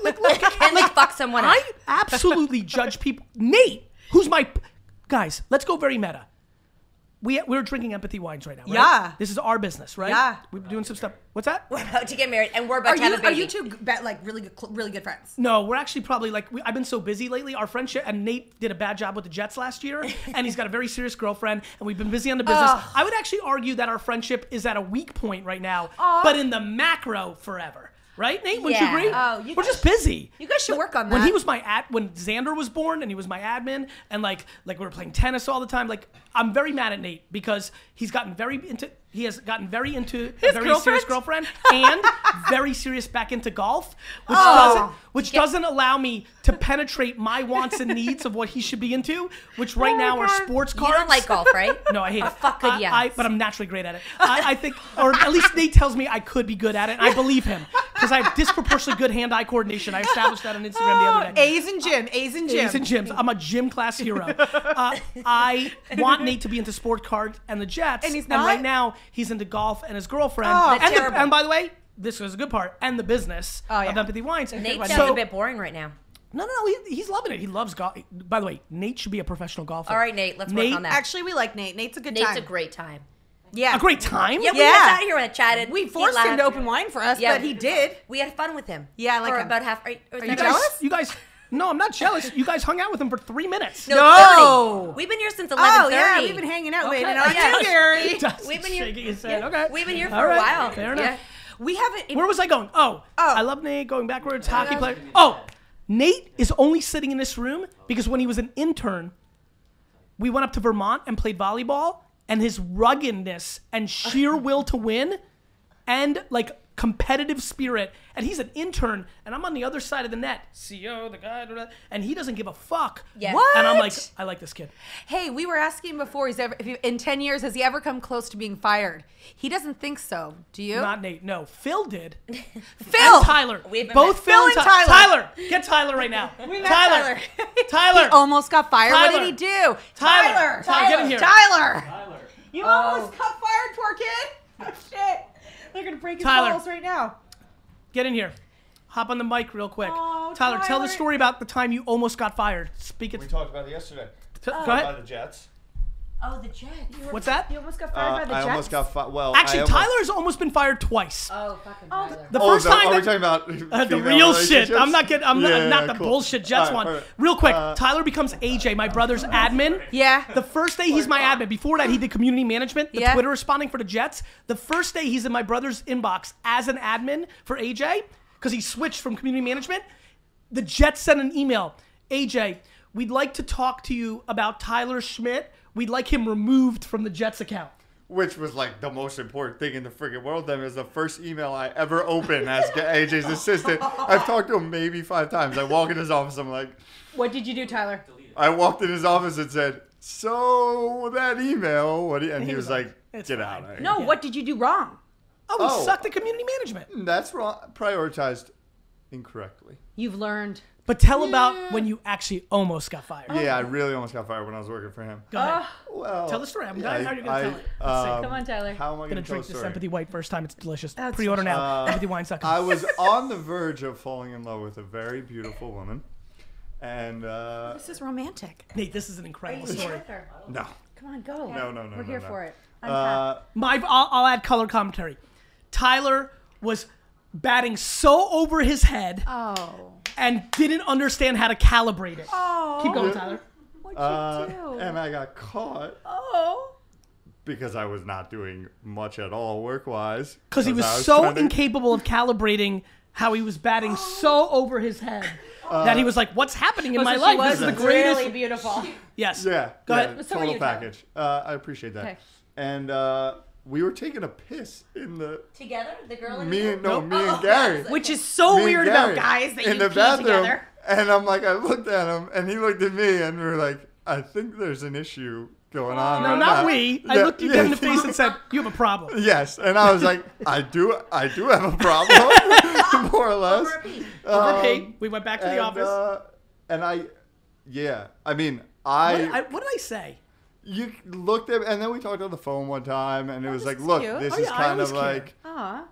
like, look, Can they like, fuck someone up? I absolutely judge people. Nate, who's my guys? Let's go very meta. We we're drinking empathy wines right now. Right? Yeah. this is our business, right? Yeah. we're doing some stuff. What's that? We're about to get married, and we're about Are to you have a are baby. you two bet like really good, cl- really good friends? No, we're actually probably like we, I've been so busy lately. Our friendship and Nate did a bad job with the Jets last year, and he's got a very serious girlfriend, and we've been busy on the business. I would actually argue that our friendship is at a weak point right now, but in the macro, forever. Right, Nate? Would Yeah. you agree? Oh, you we're guys just busy. you guys should work on When he that. was my ad, when Xander was born, and he was my admin, and like like we were playing tennis all the time. Like I'm very mad at Nate because he's gotten very into. He has gotten very into a very serious girlfriend and very serious back into golf, which Oh. doesn't which doesn't allow me to penetrate my wants and needs of what he should be into, which right now are sports Oh You cards. don't like golf, right? No, I hate Oh, it. fuck, good, I- yeah. I, but I'm naturally great at it. I, I think, or at least Nate tells me I could be good at it. And I believe him because I have disproportionately good hand-eye coordination. I established that on Instagram the other Oh, day. A's and Jim. A's and Jim. A's and gyms. I'm a gym class hero. Uh, I want Nate to be into sport cards and the Jets. And he's right not? now, he's into golf and his girlfriend. Oh. and, the, Terrible. Oh, and by the way, this was a good part. And the business of yeah. Empathy Wines. Nate sounds So- a bit boring right now. No, no, no. He, he's loving it. He loves golf. By the way, Nate should be a professional golfer. All right, Nate, let's work Nate- on that. Actually, we like Nate. Nate's a good Nate's time. a great time. yeah, A great time. Yeah, we Yeah. went out here and chatted. We He forced him laughed. to open wine for us, Yeah. but he did. We had fun with him. Yeah, I like for him. about half. Are, or is you that- You guys- jealous? You guys, no, I'm not jealous. You guys hung out with him for three minutes. No, No. 30. we've been here since eleven Oh thirty. yeah, we've been hanging out waiting on Yeah. you, Gary. Dustin's We've been here- shaking his head. yeah, Okay. we've been here for All a right, while. Fair enough. Yeah. We haven't. Where was I going? Oh, Oh. I love Nate going backwards. Hockey player. Oh, Nate is only sitting in this room because when he was an intern, we went up to Vermont and played volleyball, and his ruggedness and sheer will to win, and like competitive spirit. And he's an intern, and I'm on the other side of the net. CO, the guy, blah, blah, and he doesn't give a fuck. Yeah. What? And I'm like, I like this kid. Hey, we were asking before. He's ever if he, in ten years has he ever come close to being fired? He doesn't think so. Do you? Not Nate. No, Phil did. Phil. And Tyler. We've been Both met- Phil, and Phil and Ty- Tyler. Tyler. Get Tyler right now. Tyler. met Tyler. Tyler. He almost got fired. What Tyler. did he do? Tyler. Tyler, get in here. Oh. Tyler. You almost got fired, poor kid. Oh, Shit. They're gonna break his Tyler. balls right now. Get in here. Hop on the mic real quick. Oh, Tyler, tell the Tyler. story about the time you almost got fired. Speak it. We talked about it yesterday. t- go About ahead. the Jets. Oh, the jet. What's that? You almost got fired by the Uh, I Jets. almost got fi- well. Actually, I almost- Tyler's almost been fired twice. Oh, fucking Tyler. the Oh, first the, time are we that- talking about Uh, the female real shit. relationships? I'm not getting. I'm Yeah, not, not the yeah, cool. bullshit Jets All right, one. all right. Real quick, Uh, Tyler becomes AJ, my brother's admin. Yeah. The first day he's my admin. Before that, he did community management, the Yeah. Twitter responding for the Jets. The first day he's in my brother's inbox as an admin for AJ because he switched from community management. The Jets sent an email. AJ, we'd like to talk to you about Tyler Schmidt. We'd like him removed from the Jets account. Which was like the most important thing in the friggin' world. Then was the first email I ever opened as AJ's assistant. I've talked to him maybe five times. I walk in his office. I'm like, What did you do, Tyler? I walked in his office and said, "So that email, what?" do you-" And he was like, "It's "Get fine." out!" of here." No, what did you do wrong? Oh, he Oh. sucked at community management. that's wrong. Prioritized incorrectly. You've learned. But tell about when you actually almost got fired. Yeah, I really almost got fired when I was working for him. Go ahead. Well, Tell the story. I'm yeah, dying. How are you gonna tell it? Let's see. um, Come on, Tyler. How am I gonna gonna, tell drink the this story? empathy white first time. It's delicious. Pre-order now. empathy wine sucks. I was on the verge of falling in love with a very beautiful woman, and uh, This is romantic. Nate, this is an incredible story. no, Come on, go. no, no, no. We're no, here no. for it. Uh, My, I'll, I'll add color commentary. Tyler was batting so over his head Oh. and didn't understand how to calibrate it. Keep going, Tyler. What'd uh, you do? and I got caught oh. because I was not doing much at all work wise. Because he was, so incapable of calibrating how he was batting so over his head that he was like, "What's happening in my life? This is the greatest." Really beautiful. yes. Yeah. Go yeah, ahead. So were Total you, Tyler. package. Uh, I appreciate that. Okay. And uh, we were taking a piss in the Together, the girl and me you? Oh, and no me and Gary. Which is so me and weird about Gary guys that in you the pee bathroom. together. And I'm like, I looked at him, and he looked at me, and we were like, I think there's an issue going on. No, right not now. we. I Yeah, looked you dead in the yeah. face and said, "You have a problem." Yes, and I was like, I do, I do have a problem, more or less. Um, okay. We went back to the and, office. uh, and I, yeah, I mean, I, what, did I, what did I say? you looked at, and then we talked on the phone one time, and it was like, look, cute. this Oh, is yeah, I kind always of care. like, Aw.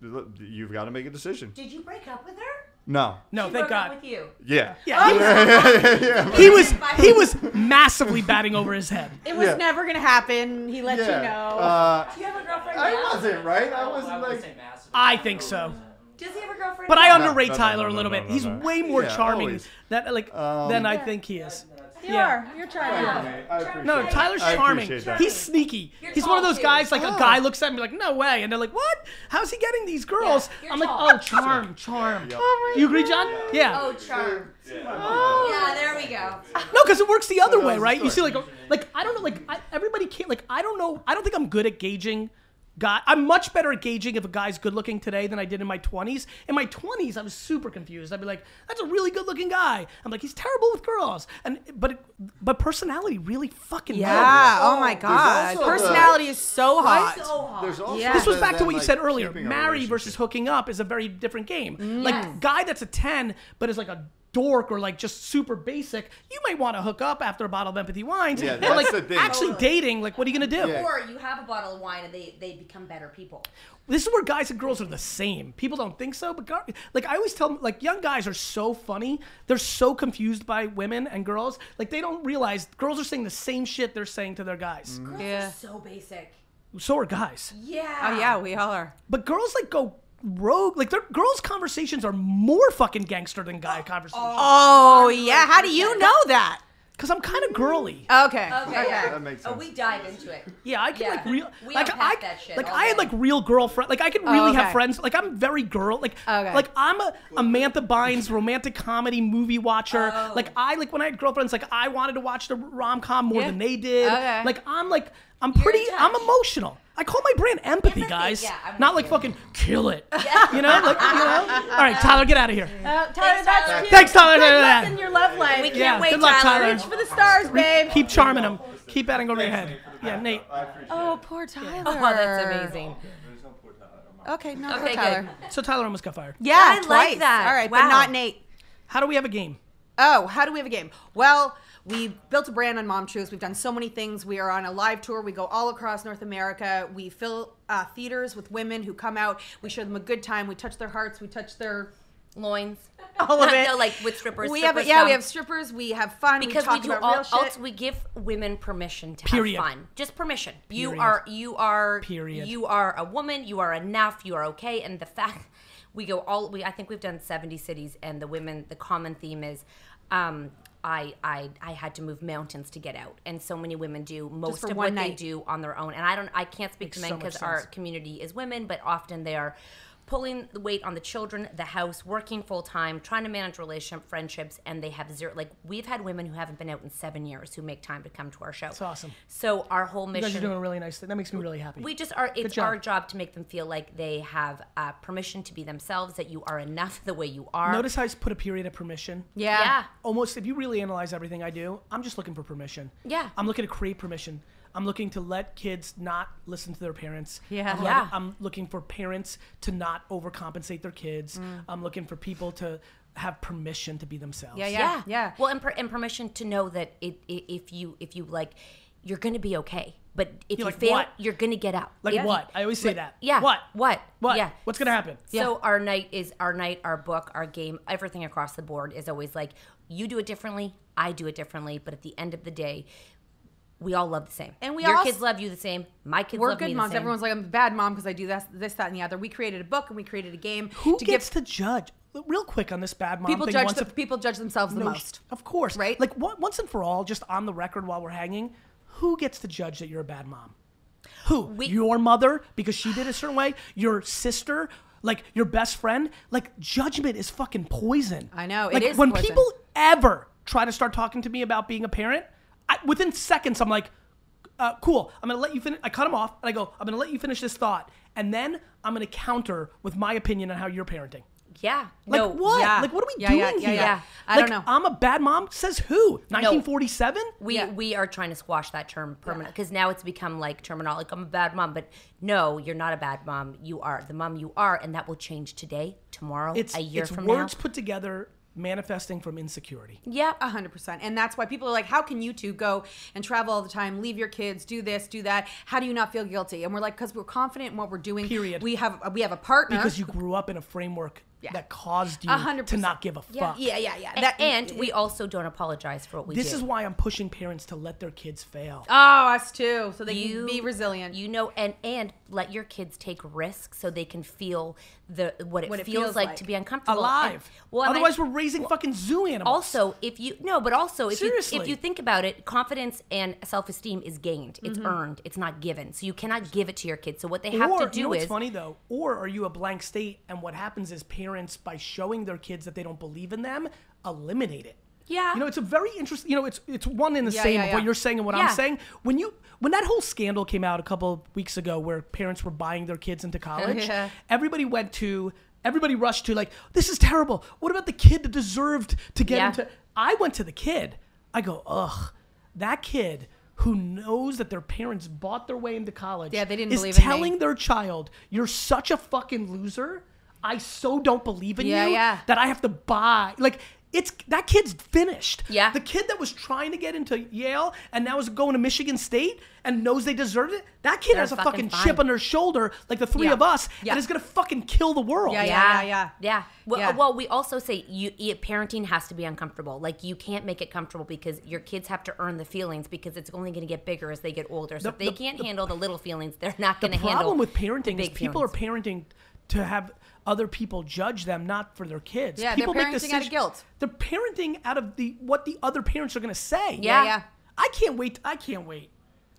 look, you've got to make a decision. Did you break up with her? No. No, thank She broke up God. With you. Yeah. Yeah, he was, he was he was massively batting over his head. It was Yeah. never going to happen. He let Yeah. you know. Uh, Do you have a girlfriend I now? wasn't right. I wasn't like. I think so. Does he have a girlfriend? But I now? underrate no, no, Tyler no, a little no, bit. no, He's no. way more Yeah, charming always. Um, that like than I think he is. you yeah. are. You're trying out. No, Tyler's charming. appreciate that. He's sneaky. You're He's one of tall, those too. guys like a guy looks at me like, no way, and they're like, what? How's he getting these girls? you're I'm tall. like, oh, charm, charm. you agree, John? Yeah. Oh, charm. Yeah, there we go. No, because it works the other that way, was right? You see, historic. like, a- like I don't know, like I, everybody can't, like I don't know, I don't think I'm good at gauging. guy. I'm much better at gauging if a guy's good looking today than I did in my 20s. In my 20s, I was super confused. I'd be like, "That's a really good looking guy." I'm like, "He's terrible with girls," and but it, but personality really fucking matters. Yeah. Oh, my God. also Personality is so hot. There's also Yeah. This was the- back to then, what you like, said earlier. keeping a Marry relationship. versus hooking up is a very different game. Like guy that's a 10 but is like a dork or like just super basic, you might want to hook up after a bottle of empathy wines. Yeah, but that's like the thing. actually dating, like what are you gonna do? Yeah. Or you have a bottle of wine and they, they become better people. This is where guys and girls are the same. People don't think so, but gar- like I always tell them, like young guys are so funny. They're so confused by women and girls. Like they don't realize girls are saying the same shit they're saying to their guys. Girls Yeah. are so basic. So are guys. Yeah. Oh, yeah, we all are. But girls like go rogue. Like their girls' conversations are more fucking gangster than guy conversations. Oh, yeah. How do you know that? Because I'm kind of girly. Okay. Okay. yeah. That makes Oh, sense. we dive into it. Yeah, I can Yeah. like real. We like unpack I, that shit like all I had day. like real girlfriend. Like I can really have Oh, okay. friends. Like I'm very girl. Like Okay. like I'm a Amantha Bynes romantic comedy movie watcher. Oh. Like I like when I had girlfriends. Like I wanted to watch the rom com more Yeah. than they did. Okay. Like I'm like I'm pretty. touch. I'm emotional. I call my brand empathy, Empathy, guys. yeah, I'm Not like with fucking kill it. You know, like you know. All right, Tyler, get out of here. Uh, Tyler, Thanks, that's Tyler. cute. Thanks, Tyler. Good Yeah. luck in your love life. We can't Yeah, wait, good luck, Tyler. Reach for the stars, babe. Keep charming him. Keep batting over your head. Yeah, Nate. Oh, poor Tyler. Oh, that's amazing. Okay, not poor Okay, Tyler. good. So Tyler almost got fired. Yeah, I like twice. that. All right, Wow. but not Nate. How do we have a game? Oh, how do we have a game? Well, we built a brand on Mom Truths. We've done so many things. We are on a live tour. We go all across North America. We fill uh, theaters with women who come out. We show them a good time. We touch their hearts. We touch their Loins. all of No, it. no, like with strippers. we have strippers yeah. We come. have strippers. We have fun. because we we talk do about all. real shit. Also, we give women permission to Period. have fun. Just permission. You Period. are. You are. Period. You are a woman. You are enough. You are okay. And the fact we go all. We I think we've done seventy cities, and the women. The common theme is. Um, I, I I had to move mountains to get out, and so many women do most for of one what night. they do on their own. And I don't, I can't speak to men so much because our sense. community is women, but often they are pulling the weight on the children, the house, working full time, trying to manage relationship, friendships, and they have zero. Like we've had women who haven't been out in seven years who make time to come to our show. That's awesome. So our whole You mission. guys are doing a really nice thing. That makes me really happy. We just are. It's job. our job to make them feel like they have uh, permission to be themselves. That you are enough the way you are. Notice how I just put a period of permission. Yeah. Yeah. Almost, if you really analyze everything I do, I'm just looking for permission. Yeah. I'm looking to create permission. I'm looking to let kids not listen to their parents. Yeah. I'm, Yeah. let- I'm looking for parents to not overcompensate their kids. Mm. I'm looking for people to have permission to be themselves. Yeah, yeah. yeah, yeah. Well, and, per- and permission to know that it, i if you if you like, you're gonna be okay. But if you like, fail, what? you're gonna get out. Like If- what? I always say that. Yeah. What? What? What? Yeah. What's gonna happen? So our night is our night, our book, our game, everything across the board is always like you do it differently, I do it differently, but at the end of the day, we all love the same. And we your all- kids love you the same. My kids We're love me good the moms. same. Everyone's like, I'm a bad mom because I do this, this, that, and the other. We created a book and we created a game Who to gets give to judge? Real quick on this bad mom people thing. judge once the, a- people judge themselves the No, most. Of course. Right? Like on- once and for all, just on the record while we're hanging, who gets to judge that you're a bad mom? Who? your mother because she did a certain way, your sister, like your best friend. Like judgment is fucking poison. I know, it Like is when poison. people ever try to start talking to me about being a parent, I, within seconds I'm like, uh, cool. I'm gonna let you finish. I cut him off and I go, I'm gonna let you finish this thought, and then I'm gonna counter with my opinion on how you're parenting. yeah. Like no, what? yeah. Like what are we Yeah, doing yeah, yeah, here? yeah. I Like, don't know. I'm a bad mom. Says who? 1947. We Yeah. we are trying to squash that term permanent because now it's become like terminal. Like I'm a bad mom, but no, you're not a bad mom. You are the mom you are, and that will change today, tomorrow, It's a year it's from words now. put together manifesting from insecurity. yeah, A hundred percent, and that's why people are like, "How can you two go and travel all the time, leave your kids, do this, do that? How do you not feel guilty?" And we're like, "Cause we're confident in what we're doing. Period. We have we have a partner Because you grew up in a framework that caused you A hundred to percent. not give a fuck. Yeah, yeah, yeah. A- That- and we also don't apologize for what we do. This is why I'm pushing parents to let their kids fail. oh us too, so they you can be resilient. You know, and and let your kids take risks so they can feel the what it, What it feels, feels like, like. to be uncomfortable. Alive. And- well, and I- Otherwise, we're raising fucking zoo animals. also if you no, but also if you Seriously. if you think about it, confidence and self esteem is gained. It's earned. It's not given. So you cannot give it to your kids. So what they have or, to do Mm-hmm. you know what's is funny though? Or are you a blank state? And what happens is parents, by showing their kids that they don't believe in them, eliminate it. Yeah. You know, it's a very interesting. You know, it's it's one in the same yeah, of what yeah. you're saying and what Yeah. I'm saying. When you when that whole scandal came out a couple of weeks ago, where parents were buying their kids into college, Yeah. everybody went to everybody rushed to like this is terrible. What about the kid that deserved to get Yeah. into? I went to the kid. I go, ugh, that kid who knows that their parents bought their way into college Yeah, they didn't is believe in me. telling their child, "You're such a fucking loser. I so don't believe in Yeah, you yeah. that I have to buy." Like it's that kid's finished. Yeah. The kid that was trying to get into Yale and now is going to Michigan State and knows they deserved it. That kid has a fucking fucking, fine. chip on their shoulder, like the three Yeah. of us, Yeah. and is gonna fucking kill the world. Yeah, yeah. yeah. Well, Yeah. well, we also say you y- parenting has to be uncomfortable. Like you can't make it comfortable because your kids have to earn the feelings because it's only going to get bigger as they get older. The- So if they the- can't handle the little feelings, they're not going to the handle. problem with the parenting is big people feelings. are parenting to have other people judge them, not for their kids. Yeah, they're people parenting out of decisions- guilt. They're parenting out of the what the other parents are going to say. Yeah. yeah. I can't wait. I can't wait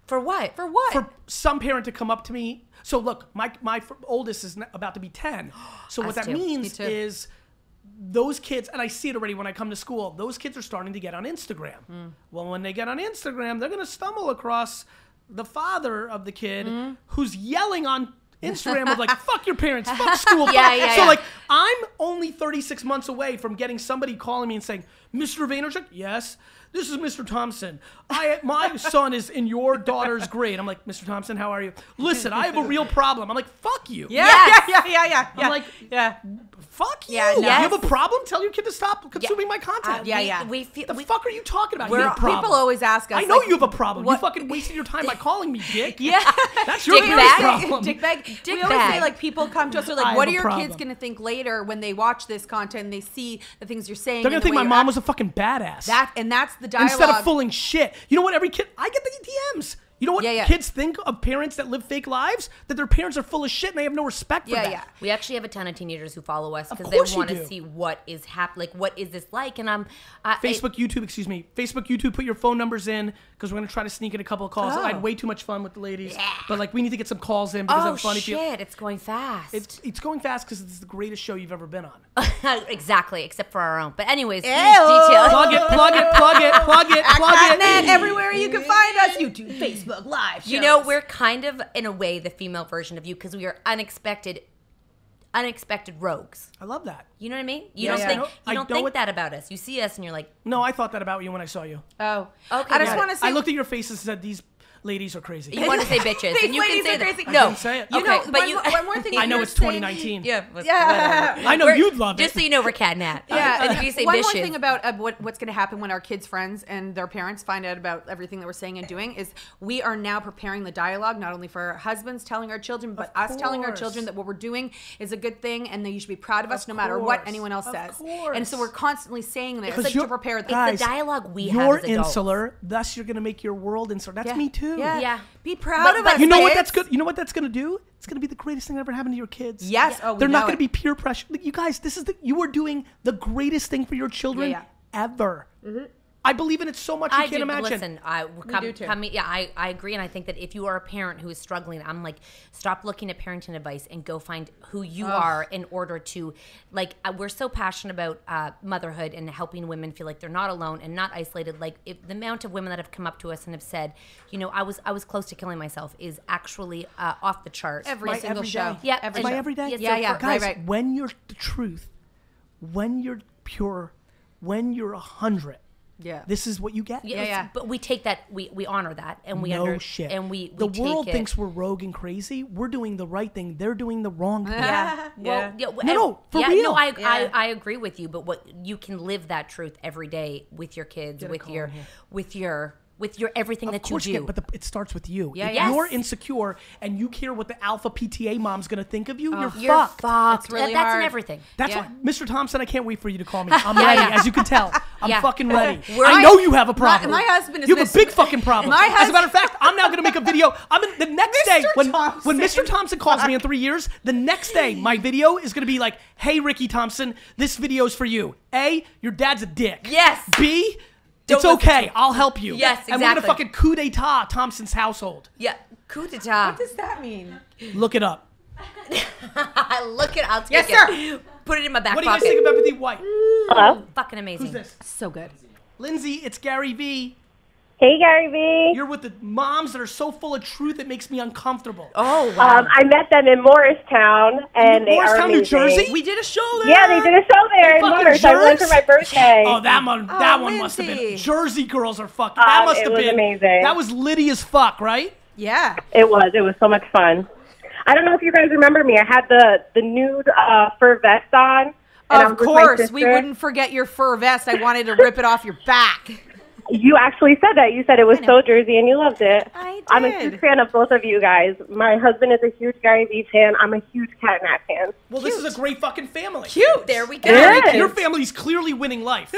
for what? For what? for some parent to come up to me. So look, my my f- oldest is n- about to be ten. So what Us that too. Me means too. is those kids, and I see it already when I come to school. Those kids are starting to get on Instagram. Mm. Well, when they get on Instagram, they're going to stumble across the father of the kid Mm-hmm. who's yelling on. Instagram of like fuck your parents, fuck school. Yeah, fuck-" yeah, so yeah. like I'm only 36 months away from getting somebody calling me and saying, Mr. Vaynerchuk, yes, this is Mr. Thompson. I my son is in your daughter's grade. I'm like, Mr. Thompson, how are you? Listen, I have a real problem. I'm like, fuck you. yeah, yeah, yeah, yeah, yeah. I'm like, yeah, fuck you. Yeah, no. You have a problem? Tell your kid to stop consuming my content. Uh, Yeah, we, yeah. We feel The we, fuck are you talking about? You We're- have a problem. people always ask us, I know like, you have a problem. You what- fucking wasted your time by calling me, dick. yeah. That's your Dick real bag. problem. Dick bag. Dick we always say bag. like people come to us are I like, have what a are your kids problem. gonna think later when they watch this content and they see the things you're saying? They're gonna and the think way my you're mom act- was a fucking badass. that, and that's the dialogue. instead of fooling shit. You know what? Every kid, I get the DMs. You know what Yeah, yeah. kids think of parents that live fake lives? That their parents are full of shit and they have no respect for Yeah, that. yeah. We actually have a ton of teenagers who follow us because course they you want do. to see what is happening. Like, what is this like? And I'm I, Facebook, YouTube, excuse me. Facebook, YouTube, put your phone numbers in because we're gonna try to sneak in a couple of calls. I had way too much fun with the ladies, but like we need to get some calls in because oh I'm funny. shit! It's going fast. It's it's going fast because it's the greatest show you've ever been on. exactly, except for our own. But anyways, these Ew. details. Plug it, plug it, plug it, plug it, plug Net, it. everywhere you can find us YouTube, Facebook, Live. You know, we're kind of in a way the female version of you because we are unexpected, unexpected rogues. I love that. You know what I mean? You Yes, don't I think know- I you don't know think it- that about us. You see us and you're like, No, I thought that about you when I saw you. Oh, Okay, I just got want to say I looked at your faces and said these ladies are crazy. you want to say bitches, and These you can ladies say are that. crazy. I No, can say it. you Okay, know, one but more- you. one more thing I know you're it's saying- 2019. yeah, was- Yeah. I know We're- you'd love Just so it. you know, we're cat nat. Yeah, and if you say one bitches, more thing about uh, what, what's going to happen when our kids' friends and their parents find out about everything that we're saying and doing is we are now preparing the dialogue not only for our husbands telling our children, but us telling our course. children that what we're doing is a good thing and that you should be proud of us no matter what course. anyone else Of says. And course. so we're constantly saying this Because like, you're- to prepare them. guys, it's the dialogue we have. You're as adults. insular, thus you're gonna make your world insular. That's Yeah. me too. Yeah. Yeah. Be proud But- of but- us. You know what kids. that's good. You know what that's gonna do? It's gonna be the greatest thing that ever happened to your kids. Yes. Oh, we They're not know gonna it. be peer pressure. Like, you guys, this is the you are doing the greatest thing for your children Yeah, Mm-hmm. ever. I believe in it so much you I can't do, imagine. Listen, I come, do too. come- yeah, I, I agree, and I think that if you are a parent who is struggling, I'm like, stop looking at parenting advice and go find who you are in order to, like, uh, we're so passionate about uh, motherhood and helping women feel like they're not alone and not isolated. Like, if the amount of women that have come up to us and have said, you know, I was I was close to killing myself is actually uh, off the charts. Every Like, single every show. day. yeah, Every and- my show. every day. Yeah, Yeah, so yeah. for- guys, right, right. when you're the truth, when you're pure, when you're a hundred, Yeah. this is what you get. yeah, yeah. But we take that, we we honor that, and we no under, shit. and we, we the take world it. thinks we're rogue and crazy. We're doing the right thing. They're doing the wrong thing. Yeah. Well, yeah. No, no, for yeah, real. No, I, I, I agree with you, but what you can live that truth every day with your kids, with your, with your, with your everything Of that you course do. you get, but the, it starts with you. Yeah, if yeah. you're Yes. insecure and you care what the alpha PTA mom's gonna think of you, you're, you're fucked. fucked. It's really That- that's hard. in everything. That's Yeah. what, Mr. Thompson. I can't wait for you to call me. I'm ready, yeah. as you can tell. I'm Yeah. fucking ready. We're- I know you have a problem. my husband is You have Mr. a big fucking problem. My as a matter of fact, I'm now gonna make a video. I'm in, the next day when when Mr. Thompson calls me in three years. The next day, my video is gonna be like, "Hey, Ricky Thompson, this video's for you. A, your dad's a dick. Yes. B." Don't it's listen okay. I'll help you. Yes, And we're gonna exactly. fucking coup d'état Thompson's household. yeah. Coup d'etat. does that mean? Look it up. I look it. I'll Yes, take it. Put it in my back What do you guys pocket. think of Empathy White? Fucking amazing. This. So good. Lindsay, it's Gary V. Hey, Gary V. You're with the moms that are so full of truth it makes me uncomfortable. Oh wow. Um, I met them in Morristown, and they are Morristown, New amazing. Jersey? We did a show there. Yeah, they did a show there in Fucking Morris. I went for Jersey? my birthday. Oh, that one, that Oh, one must have been. Lindsay. Jersey girls are fucking. That Um, must it have was been amazing. That was Liddy as fuck, right? Yeah. It was. It was so much fun. I don't know if you guys remember me. I had the the nude uh, fur vest on. and I of was with my course, we sister. wouldn't forget your fur vest. I wanted to rip it off your back. You actually said that. You said it was so Jersey, and you loved it. I I'm a did. huge fan of both of you guys. My husband is a huge Gary Vee fan. I'm a huge Cat Nat fan. Well, this is a great fucking family. Cute. There we go. Yes. Your family's clearly winning life.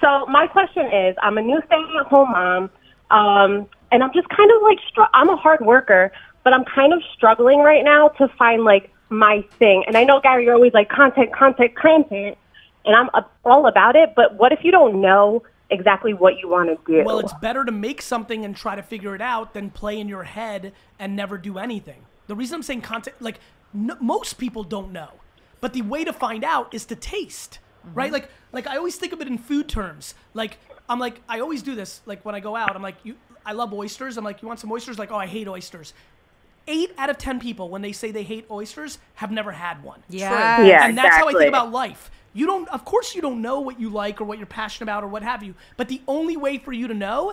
So my question is, I'm a new stay-at-home mom, um, and I'm just kind of like str- I'm a hard worker, but I'm kind of struggling right now to find like my thing. And I know Gary, you're always like content, content, content, and I'm uh, all about it. But what if you don't know exactly what you want to do? well, it's better to make something and try to figure it out than play in your head and never do anything. The reason I'm saying content, like n- most people don't know, but the way to find out is to taste, Mm-hmm. right? Like, like I always think of it in food terms. Like I'm like I always do this. Like when I go out, I'm like you. I love oysters. I'm like you want some oysters? Like oh I hate oysters. Eight out of ten people when they say they hate oysters have never had one Yeah. Yeah, and that's how I think exactly. about life. You don't, of course, you don't know what you like or what you're passionate about or what have you. But the only way for you to know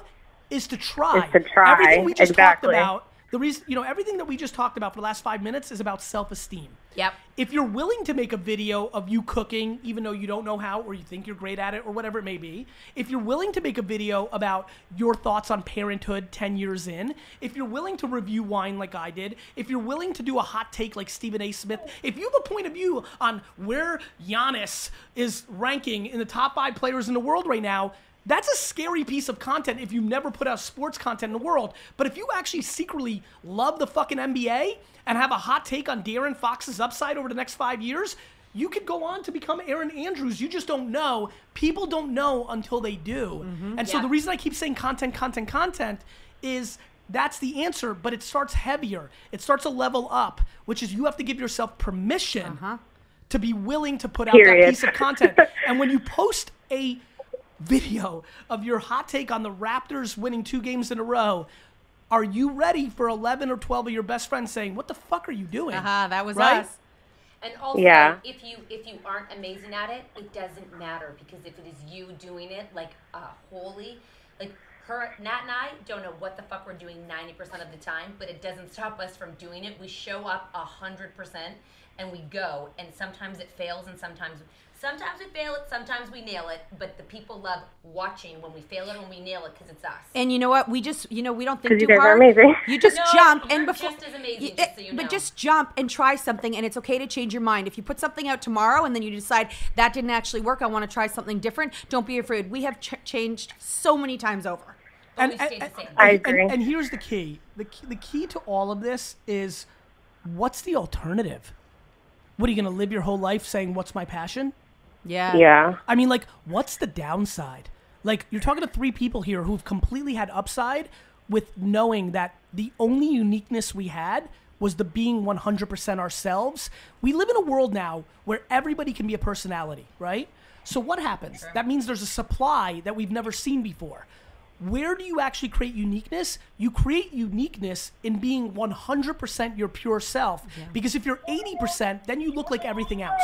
is to try. Is to try, Everything we just exactly. talked about. The reason, you know, everything that we just talked about for the last five minutes is about self-esteem. Yep. If you're willing to make a video of you cooking, even though you don't know how or you think you're great at it or whatever it may be, if you're willing to make a video about your thoughts on parenthood 10 years in, if you're willing to review wine like I did, if you're willing to do a hot take like Stephen A. Smith, if you have a point of view on where Giannis is ranking in the top five players in the world right now, That's a scary piece of content if you never put out sports content in the world. But if you actually secretly love the fucking NBA and have a hot take on Darren Fox's upside over the next five years, you could go on to become Aaron Andrews. You just don't know. People don't know until they do. And so the reason I keep saying content, content, content is that's the answer, but it starts heavier. It starts a level up, which is you have to give yourself permission to be willing to put out that Period. piece of content. and when you post a video of your hot take on the Raptors winning two games in a row, are you ready for 11 or 12 of your best friends saying, What the fuck are you doing? Ah, that was Right? us. And also, Yeah. if you if you aren't amazing at it, it doesn't matter because if it is you doing it like uh, wholly, like her, Nat and I don't know what the fuck we're doing ninety percent of the time, but it doesn't stop us from doing it. We show up hundred percent and we go. And sometimes it fails, and sometimes sometimes we fail it, sometimes we nail it. But the people love watching when we fail it and when we nail it because it's us. And you know what? We just, you know, we don't think 'Cause too you guys are hard. amazing. You just No, jump and you're before, just as amazing, you- just so you but know. just jump and try something, and it's okay to change your mind. If you put something out tomorrow and then you decide that didn't actually work, I want to try something different. Don't be afraid. We have ch- changed so many times over. But we stayed the same. I and- agree. And, and here's the key. the key: the key to all of this is, what's the alternative? What are you going to live your whole life saying, "What's my passion"? Yeah. Yeah. I mean, like, what's the downside? Like, you're talking to three people here who've completely had upside with knowing that the only uniqueness we had was the being 100% ourselves. We live in a world now where everybody can be a personality, right? So, what happens? That means there's a supply that we've never seen before. Where do you actually create uniqueness? You create uniqueness in being 100% your pure self. Because if you're 80%, then you look like everything else.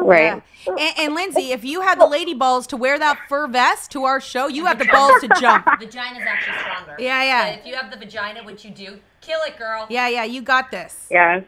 Right. And, and Lindsay, if you had the lady balls to wear that fur vest to our show, you have the balls to jump. Vagina is actually stronger. Yeah, yeah. But if you have the vagina, which you do, kill it, girl. Yeah, yeah, you got this. Yes.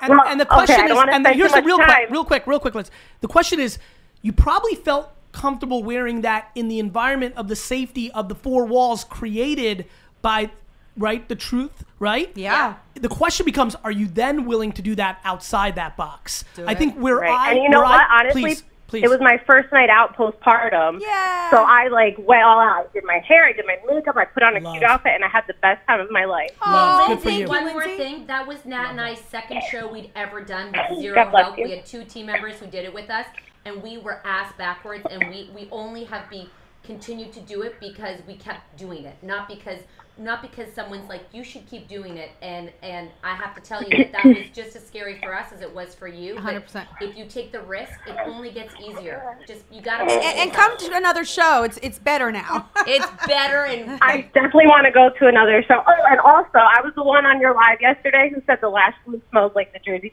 And, Well, and the okay, question I don't is, wanna and the- spend too here's the much real time. quick, real quick, real quick, Liz. The question is, you probably felt comfortable wearing that in the environment of the safety of the four walls created by, right, the truth, right? Yeah. The question becomes, are you then willing to do that outside that box? I think where Right. I, and you know where what? I- Honestly, please, please. it was my first night out postpartum. Yeah. So I like went all out. I did my hair, I did my makeup, I put on a Love. cute outfit, and I had the best time of my life. Love. Good for Lindsay, you. one more thing. That was Nat and I's second show we'd ever done with zero God bless help. you. We had two team members who did it with us, and we were ass backwards, and we, we only have be continued to do it because we kept doing it, not because not because someone's like you should keep doing it. And and I have to tell you that that was just as scary for us as it was for you. But 100%. If you take the risk, it only gets easier. Just you gotta. A- And, come to another show. It's it's better now. It's better and. I definitely want to go to another show. Oh, and also, I was the one on your live yesterday who said the last one smells like the Jersey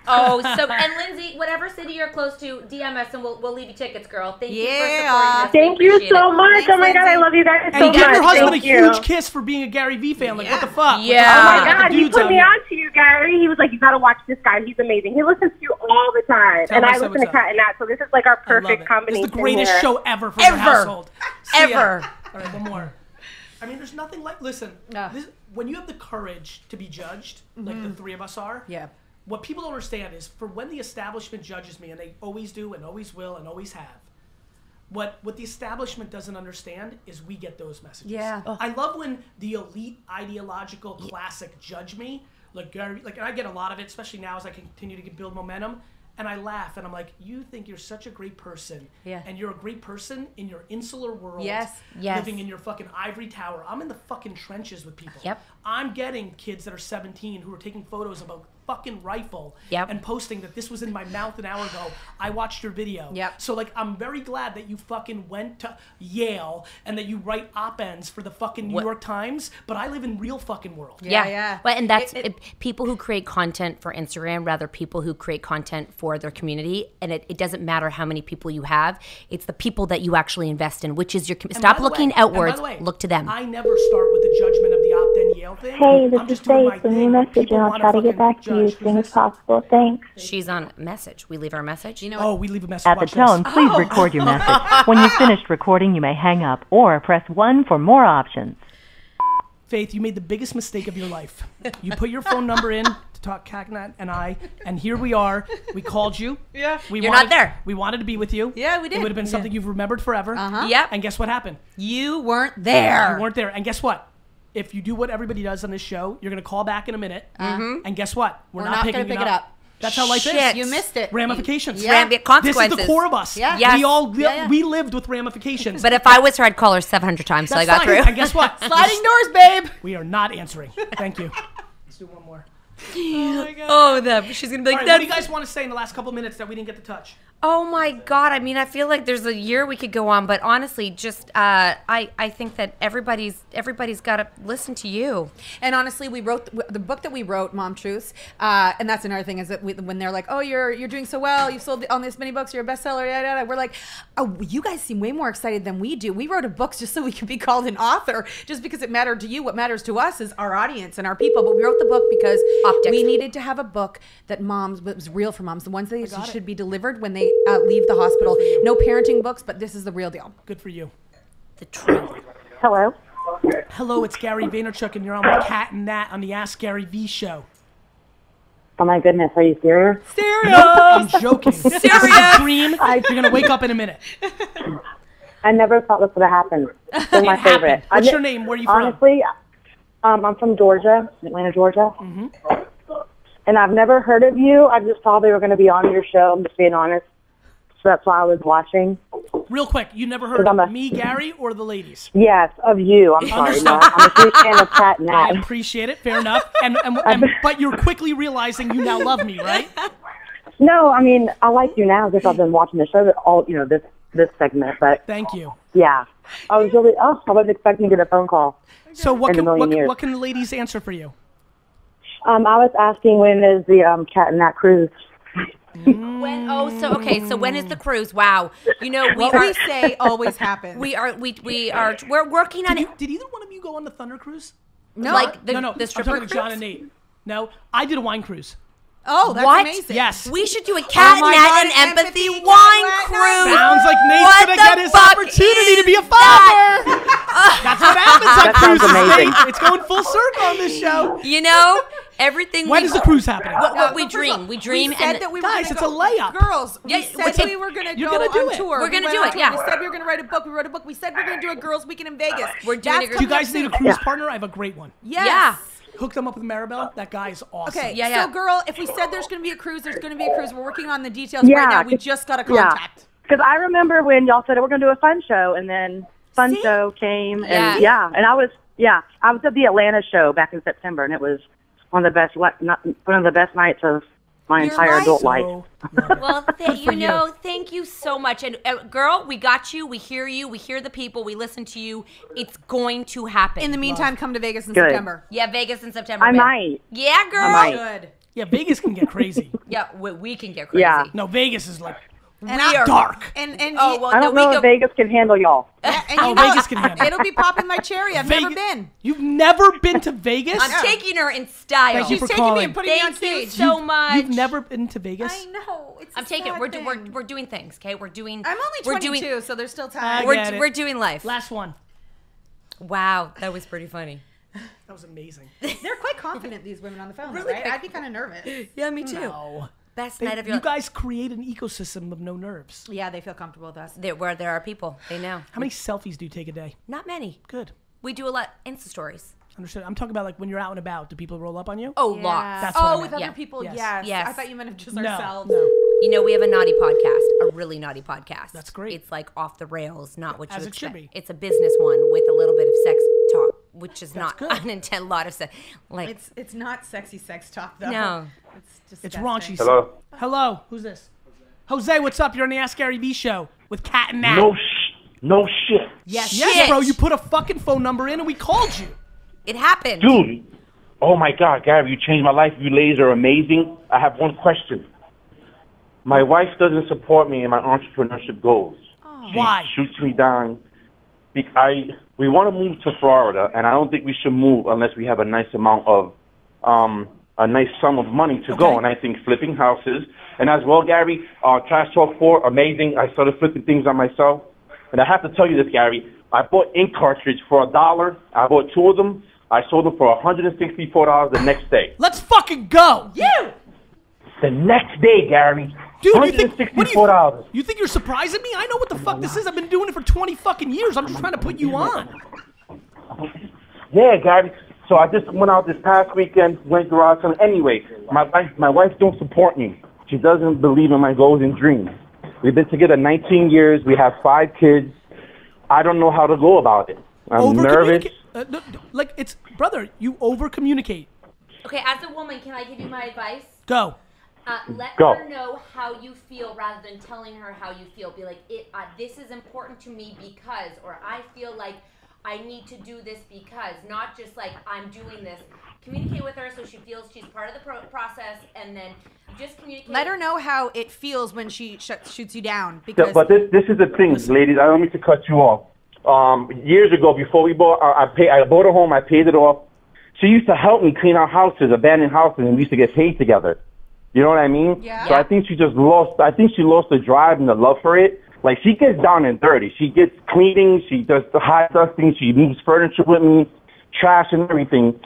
Oh, so and Lindsay, whatever city you're close to, DM us and we'll, we'll leave you tickets, girl. Thank you for supporting Yeah. us. We Thank you appreciate so it. much. oh my god, I Lindsay. love you guys so and give much. your husband Thank a you. huge kiss for being a Gary Vee fan. Like, what the Yeah. fuck? Yeah. Look Oh at my God, the he dudes put out me here. on to you, Gary. He was like, "You got to watch this guy. He's amazing. He listens to you all the time." Tell him and I I said listen to what's up. Cat and Nat, so this is like our I love perfect it. combination. It's the greatest here. show ever for your Ever. household. See ya. Ever. All right, one more. I mean, there's nothing like. Listen, No. this, when you have the courage to be judged, like the three of us are. Mm-hmm. Yeah. What people don't understand is, for when the establishment judges me, and they always do, and always will, and always have. What what the establishment doesn't understand is we get those messages. Yeah. Ugh. I love when the elite ideological classic judge me, like Gary, like and I get a lot of it, especially now as I continue to get, build momentum. And I laugh and I'm like, you think you're such a great person. Yeah. And you're a great person in your insular world. Yes, yes. Living in your fucking ivory tower. I'm in the fucking trenches with people. Yep. I'm getting kids that are 17 who are taking photos of a fucking rifle Yep. and posting that this was in my mouth an hour ago. I watched your video. Yep. So like, I'm very glad that you fucking went to Yale and that you write op eds for the fucking New York Times. But I live in real fucking world. Yeah, Yeah, yeah. But and that's it, people who create content for Instagram, rather people who create content for their community, and it, it doesn't matter how many people you have. It's the people that you actually invest in, which is your. com- And Stop by the looking way- and by outwards. the way, look to them. I never start with the judgment of the opt in Yale thing. Hey, this I'm is just doing my Faith. Leave me a thing. message People and I'll wanna try to get fucking back judge. to you as Who's soon as this? possible. Thanks. She's on message. We leave her a message. You know, Oh, we leave a message. Ah, At the Watch this. Oh. tone, please record your message. When you've finished recording, you may hang up or press 1 for more options. Faith, you made the biggest mistake of your life. You put your phone number in to talk Cacnat and I, and here we are. We called you. Yeah. We You're wanted, not there. We wanted to be with you. Yeah, we did. It would have been something you've remembered forever. Uh-huh. Yep. And guess what happened? You weren't there. You weren't there. And guess what? If you do what everybody does on this show, you're going to call back in a minute. And guess what? Mm-hmm. We're not picking gonna pick it it up. up. That's how life Shit. is. You missed it. Ramifications. Yeah. Ram- This is consequences. the core of us. Yeah. Yes. We all li- Yeah, yeah. we lived with ramifications. But if I was her, I'd call her 700 times till I That's got fine. through. And guess what? Sliding doors, babe. We are not answering. Thank you. Let's do one more. Oh, the, she's gonna be All right, like what that. do you guys want to say in the last couple minutes that we didn't get to touch? oh my god! I mean, I feel like there's a year we could go on, but honestly, just uh, I I think that everybody's everybody's got to listen to you. And honestly, we wrote the, the book that we wrote, Mom Truths, uh, and that's another thing is that we, when they're like, "Oh, you're you're doing so well, you've sold on this many books, you're a bestseller," yada yada. We're like, "Oh, you guys seem way more excited than we do. We wrote a book just so we could be called an author, just because it mattered to you. What matters to us is our audience and our people. But we wrote the book because Optics. we needed to have a book that moms that was real for moms, the ones that should be delivered when they uh, leave the hospital. No parenting books, but this is the real deal. Good for you. The truth. Hello. Hello, it's Gary Vaynerchuk, and you're on with Cat and Nat on the Ask Gary V show. Oh my goodness, are you serious? I'm joking. Serious? dream. You're gonna wake up in a minute. I never thought this would have happened. It's still my It happened. favorite. What's I- your name? Where are you from? Honestly, um, I'm from Georgia, Atlanta, Georgia. Mm-hmm. And I've never heard of you. I just thought they were going to be on your show. I'm just being honest. So that's why I was watching. Real quick, you never heard I'm of a- me, Gary, or the ladies. Yes, of you. I'm sorry. Understood. Not, I'm a huge fan of Pat and I Nat. appreciate it. Fair enough. And, and, and but you're quickly realizing you now love me, right? No, I mean, I like you now because I've been watching the show that all, you know, this, this segment. But Thank you. yeah, I was really, oh, I wasn't expecting to get a phone call. So what In a can million what, can- years. what can the ladies answer for you? Um, I was asking when is the um, Cat and Nat cruise? When oh so okay so when is the cruise? Wow, you know we What we are say always happens. we are we we are we're working on Did, it. you, did either one of you go on the Thunder Cruise? no, like the, no, no. the I'm stripper talking to John cruise? and Nate. No, I did a wine cruise. oh, that's What? amazing. Yes. Oh We should do a cat my and God, nat an and empathy, empathy wine cat and cruise. nat. Sounds like Nate's What gonna the get his fuck opportunity to is be a that? father. That's what happens on That sounds cruises. amazing. Nate. It's going full circle on this show. You know everything. When we, is the cruise happening? What, what No, we but first of all, dream, we dream, We said and that we Guys, were it's gonna a go- layup. Girls, Yeah, we said what's it- we were gonna You're go gonna do on it. tour. We're We gonna went do on it, tour. yeah. We said we were gonna write a book. We wrote a book. We said we are gonna do a girls' weekend in Vegas. We're doing That's a coming Do you up guys need a soon. cruise partner? I have a great one. Yes. Yeah. Hook them up with Maribel. That guy's awesome. Okay, Yeah, yeah. so girl, if we said there's going to be a cruise, there's going to be a cruise. We're working on the details Yeah, right now. We 'cause- just got a yeah. contact. Because I remember when y'all said we're going to do a fun show, and then fun show came, and Yeah. yeah. and I was yeah, I was at the Atlanta show back in September, and it was one of the best le- not, one of the best nights of my entire right. adult life. So, love it. Well, th- you you. know, thank you so much. And uh, girl, we got you. We hear you. We hear the people. We listen to you. It's going to happen. In the meantime, come to Vegas in Good. September. yeah, Vegas in September. I babe. might. Yeah, girl. might. Good. yeah, Vegas can get crazy. Yeah, we, we can get crazy. Yeah. No, Vegas is like And We I- are- dark. And and Oh you- well, I no, don't we know go, if Vegas can handle y'all. and you Oh, know, Vegas can handle it. It'll be popping my cherry. I've never Vegas- been. You've never been to Vegas? I'm taking her in style. Thank you She's for taking me calling. and putting me on Thank you stage. so much. You've never been to Vegas? I know. It's I'm a taking. sad We're, do- we're thing. we're doing things. Okay, we're doing. I'm only 22, We're doing. so there's still time. I We're, get d- it. we're doing life. Last one. Wow, that was pretty funny. That was amazing. They're quite confident these women on the phone, Really right? quick. I'd be kind of nervous. Yeah, me too. Oh. Best They- night of your you guys create an ecosystem of no nerves. Yeah, they feel comfortable with us. There, where there are people, they know. How many selfies do you take a day? Not many. Good. We do a lot Insta stories. Understood. I'm talking about like when you're out and about, do people roll up on you? Oh, Yeah. lots. That's what I oh, meant. with other Yeah. people, Yes. yes. Yes. I thought you meant of just no. ourselves. No. You know, we have a naughty podcast, a really naughty podcast. That's great. It's like off the rails, not what you As it should expect. be. It's a business one with a little bit of sex talk, which is not good. an intent lot of sex. Like It's it's not sexy sex talk though. No. It's disgusting. It's raunchy. Hello. Hello. Who's this? Jose, what's up? You're on the Ask Gary V show with Cat and Nat. No sh- no shit. yes, yes, bro. You put a fucking phone number in and we called you. it happened. Dude, oh my God, Gary, you changed my life. You ladies are amazing. I have one question. My wife doesn't support me in my entrepreneurship goals. She Why? shoots me down. Be- I we want to move to Florida, and I don't think we should move unless we have a nice amount of um, a nice sum of money to Okay. go. And I think flipping houses, and as well, Gary, uh, Trash Talk Four, amazing. I started flipping things on myself, and I have to tell you this, Gary. I bought ink cartridge for a dollar. I bought two of them. I sold them for $164 the next day. Let's fucking go. You. The next day, Gary. Dude, you think, what do you, $164. you think you're surprising me? I know what the fuck this is. I've been doing it for 20 fucking years. I'm just trying to put you on. Yeah, Gary. So I just went out this past weekend, went garage sale. Anyway, my wife, my wife don't support me. She doesn't believe in my goals and dreams. We've been together 19 years. We have five kids. I don't know how to go about it. I'm nervous. Overcommunica- Uh, no, no, like it's brother, you over communicate. Okay, as a woman, can I give you my advice? Go. Uh, let Go. her know how you feel rather than telling her how you feel. Be like, it, uh, this is important to me because, or I feel like I need to do this because, not just like I'm doing this. Communicate with her so she feels she's part of the pro- process, and then just communicate. Let her know how it feels when she sh- shoots you down Yeah, because but this this is the thing, ladies. I don't mean to cut you off. Um, years ago, before we bought, I, I paid. I bought a home. I paid it off. She used to help me clean out houses, abandoned houses, and we used to get paid together. You know what I mean? Yeah. So I think she just lost. I think she lost the drive and the love for it. Like she gets down and dirty. She gets cleaning. She does the high dusting. She moves furniture with me, trash and everything.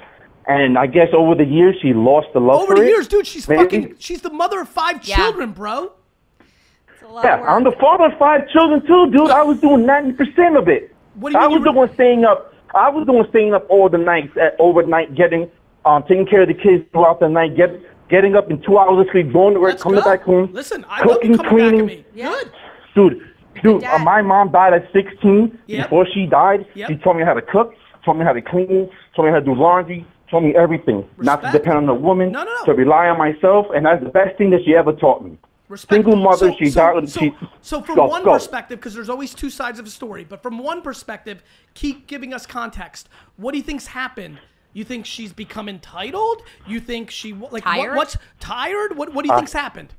And I guess over the years, she lost the love Over for the it. years, dude, she's Maybe. fucking. She's the mother of five children, bro. it's a lot Yeah, of work. I'm the father of five children too, dude. I was doing ninety percent of it. What do you I mean you was the were- one staying up. I was the one staying up all the nights, at, overnight, getting, um, taking care of the kids throughout the night, get, getting up in two hours of sleep, going to work, Let's coming go. back home, Listen, I love cooking, you coming cleaning. back at me. Good. Dude, dude, uh, dad. my mom died at 16. Yep. Before she died, Yep. she taught me how to cook, taught me how to clean, taught me how to do laundry, taught me everything. Not to Respect. depend on a woman, No, no, no. to rely on myself, and that's the best thing that she ever taught me. Respect. Single mother, So- she so, died. with- So, she, so from go, one go. perspective, because there's always two sides of a story, but from one perspective, keep giving us context. What do you think's happened? You think she's become entitled? You think she wa- like what, Tired? what's tired? What what do you Uh, think's happened?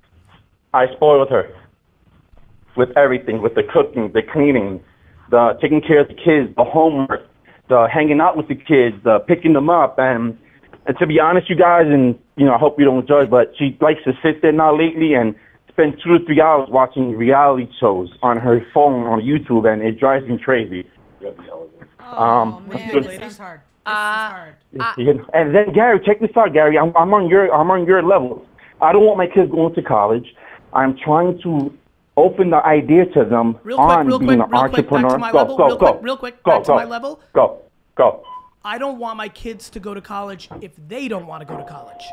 I spoiled her with everything, with the cooking, the cleaning, the taking care of the kids, the homework, the hanging out with the kids, the picking them up, and and to be honest, you guys, and you know, I hope you don't judge, but she likes to sit there now lately and spend two to three hours watching reality shows on her phone on YouTube, and it drives me crazy. oh, Um, man, this is hard. This is hard. you know? And then Gary, check this out, Gary. I'm, I'm on your I'm on your level. I don't want my kids going to college. I'm trying to open the idea to them Real quick, on real being quick, an real quick, entrepreneur. back to my go, level, go, real go, quick, real quick, go, back to go, my level. Go, go. I don't want my kids to go to college if they don't want to go to college.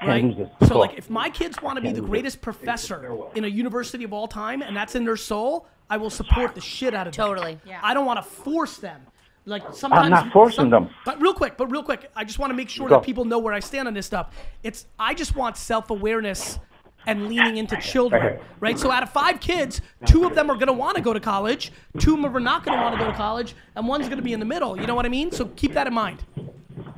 can't Right? lose this. So, Go. like, if my kids want to be the greatest professor in a university of all time and that's in their soul, I will support the shit out of them. Totally. Yeah. I don't want to force them. Like, sometimes. not forcing them. But real quick, but real quick, I just want to make sure Go. that people know where I stand on this stuff. It's, I just want self awareness and leaning into children, right? So out of five kids, two of them are going to want to go to college, two of them are not going to want to go to college, and one's going to be in the middle. You know what I mean? So keep that in mind.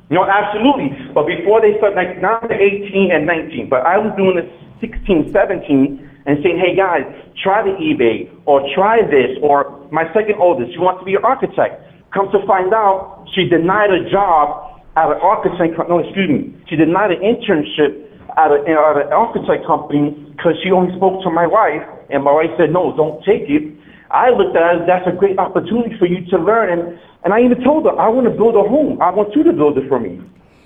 No, absolutely. But before they start, like now they're 18 and 19. But I was doing this 16, 17, and saying, hey guys, try the eBay or try this. Or my second oldest, she wants to be an architect. Come to find out, she denied a job at an architect. co- No, excuse me. She denied an internship at, a, at an architect company because she only spoke to my wife, and my wife said, no, don't take it. I looked at it as that's a great opportunity for you to learn. And, and I even told her, I want to build a home. I want you to build it for me.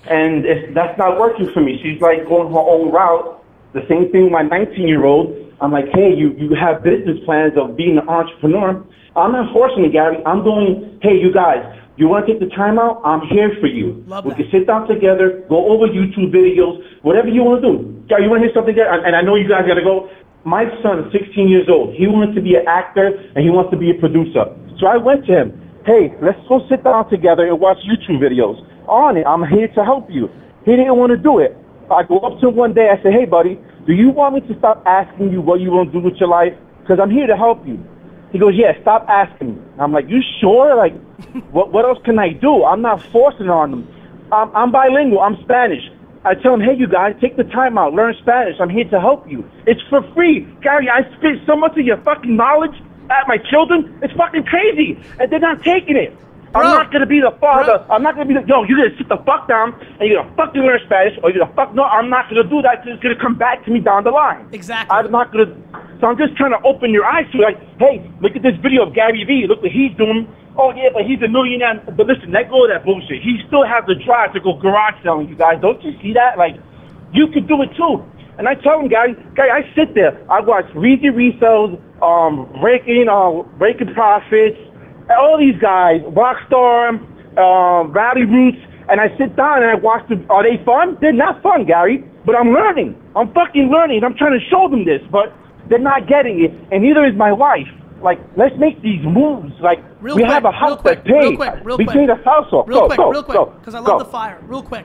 And if that's not working for me. She's like going her own route. The same thing with my 19 year old. I'm like, hey, you, you have business plans of being an entrepreneur. I'm not forcing you, Gary. I'm going, hey, you guys, you want to take the time out? I'm here for you. Love we that. can sit down together, go over YouTube videos, whatever you want to do. Gary, you want to hear something, Gary? And- And I know you guys got to go. My son, 16 years old, he wants to be an actor and he wants to be a producer. So I went to him. Hey, let's go sit down together and watch YouTube videos. On it, I'm here to help you. He didn't want to do it. I go up to him one day. I said, Hey, buddy, do you want me to stop asking you what you want to do with your life? Because I'm here to help you. He goes, yeah, stop asking me. I'm like, you sure? Like, what, what else can I do? I'm not forcing on them. I'm, I'm bilingual. I'm Spanish. I tell them, hey, you guys, take the time out. Learn Spanish. I'm here to help you. It's for free. Gary, I spit so much of your fucking knowledge at my children. It's fucking crazy. And they're not taking it. Bro. I'm not going to be the father. I'm not going to be the, yo, you're going to sit the fuck down and you're going to fucking learn Spanish or you're going to fuck, no, I'm not going to do that 'cause it's going to come back to me down the line. Exactly. I'm not gonna. So I'm just trying to open your eyes to like, hey, look at this video of Gary Vee. Look what he's doing. Oh yeah, but he's a millionaire. But listen, let go of that bullshit. He still has the drive to go garage selling. You guys, don't you see that? Like, you could do it too. And I tell him, guys, guy, I sit there. I watch Reezy Resells, um, Breaking, uh, Breaking Profits, and all these guys, Rockstar, um, Rowdy Roots, and I sit down and I watch them. Are they fun? They're not fun, Gary. But I'm learning. I'm fucking learning. I'm trying to show them this, but they're not getting it, and neither is my wife. Like, let's make these moves. Like, Real we quick, have a real house quick, that pays. real quick, real we quick. paid a house off. Real go, quick, go, real go, quick, because I go. love the fire. Real quick.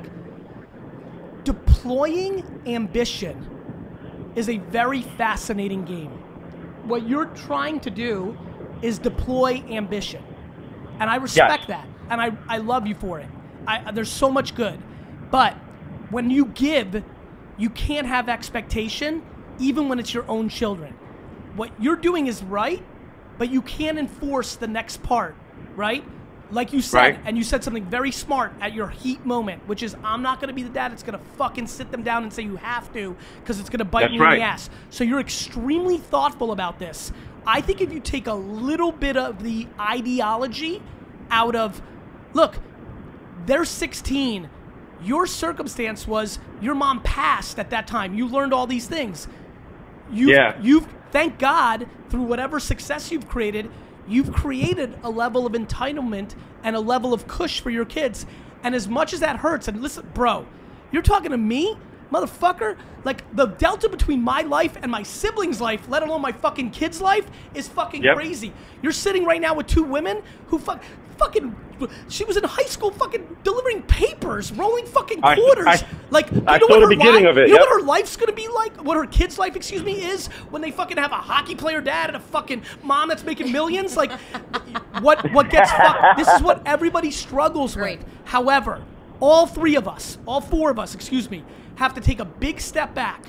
Deploying ambition is a very fascinating game. What you're trying to do is deploy ambition. And I respect that. And I, I love you for it. I, there's so much good. But when you give, you can't have expectation, even when it's your own children. What you're doing is right, but you can't enforce the next part, right? Like you said, Right. and you said something very smart at your heat moment, which is I'm not gonna be the dad that's gonna fucking sit them down and say you have to, because it's gonna bite That's me in right. the ass. So you're extremely thoughtful about this. I think if you take a little bit of the ideology out of, look, they're 16. Your circumstance was your mom passed at that time. You learned all these things. You, Yeah. You've thank God through whatever success you've created, you've created a level of entitlement and a level of cush for your kids. And as much as that hurts, and listen, bro, you're talking to me, motherfucker. Like the delta between my life and my siblings' life, let alone my fucking kids' life, is fucking Yep. crazy. You're sitting right now with two women who fuck, fucking. She was in high school, fucking delivering papers, rolling fucking I- quarters. I- like you I know saw what the her beginning li- of it, You know yep. what her life's gonna be like? What her kid's life, excuse me, is when they fucking have a hockey player dad and a fucking mom that's making millions. Like, what what gets fucked? This is what everybody struggles with. However, all three of us, all four of us, excuse me, have to take a big step back.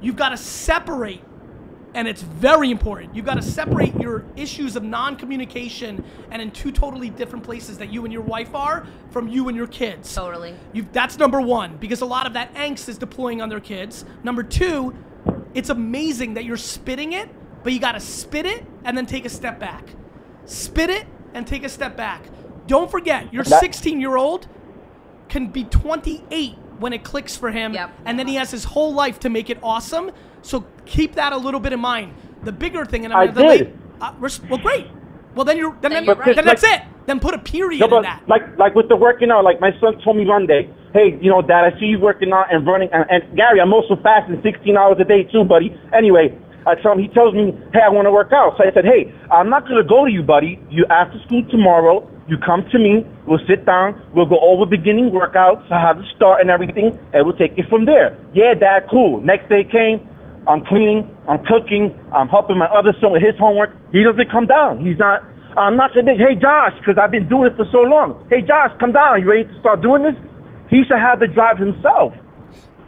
You've got to separate and it's very important. You've got to separate your issues of non communication and in two totally different places that you and your wife are from you and your kids. Totally. You've, that's number one, because a lot of that angst is deploying on their kids. Number two, it's amazing that you're spitting it, but you got to spit it and then take a step back. Spit it and take a step back. Don't forget, your That- 16 year old can be 28 when it clicks for him, and then he has his whole life to make it awesome. So keep that a little bit in mind. The bigger thing, and I'm I the late- did. uh, res- well, great. Well, then you're then, Then then, you're right. then But that's just it. Then put a period No, in but that. like like with the working out, like my son told me Monday, hey, you know, Dad, I see you working out and running, and, and Gary, I'm also fasting 16 hours a day too, buddy. Anyway, I tell him, he tells me, hey, I want to work out. So I said, hey, I'm not gonna go to you, buddy. You after school tomorrow. You come to me. We'll sit down. We'll go over beginning workouts, how to start and everything, and we'll take it from there. Yeah, Dad, cool. Next day came. I'm cleaning, I'm cooking, I'm helping my other son with his homework. He doesn't come down. He's not, I'm not saying, hey, Josh, because I've been doing it for so long. Hey, Josh, come down. You ready to start doing this? He should have the drive himself.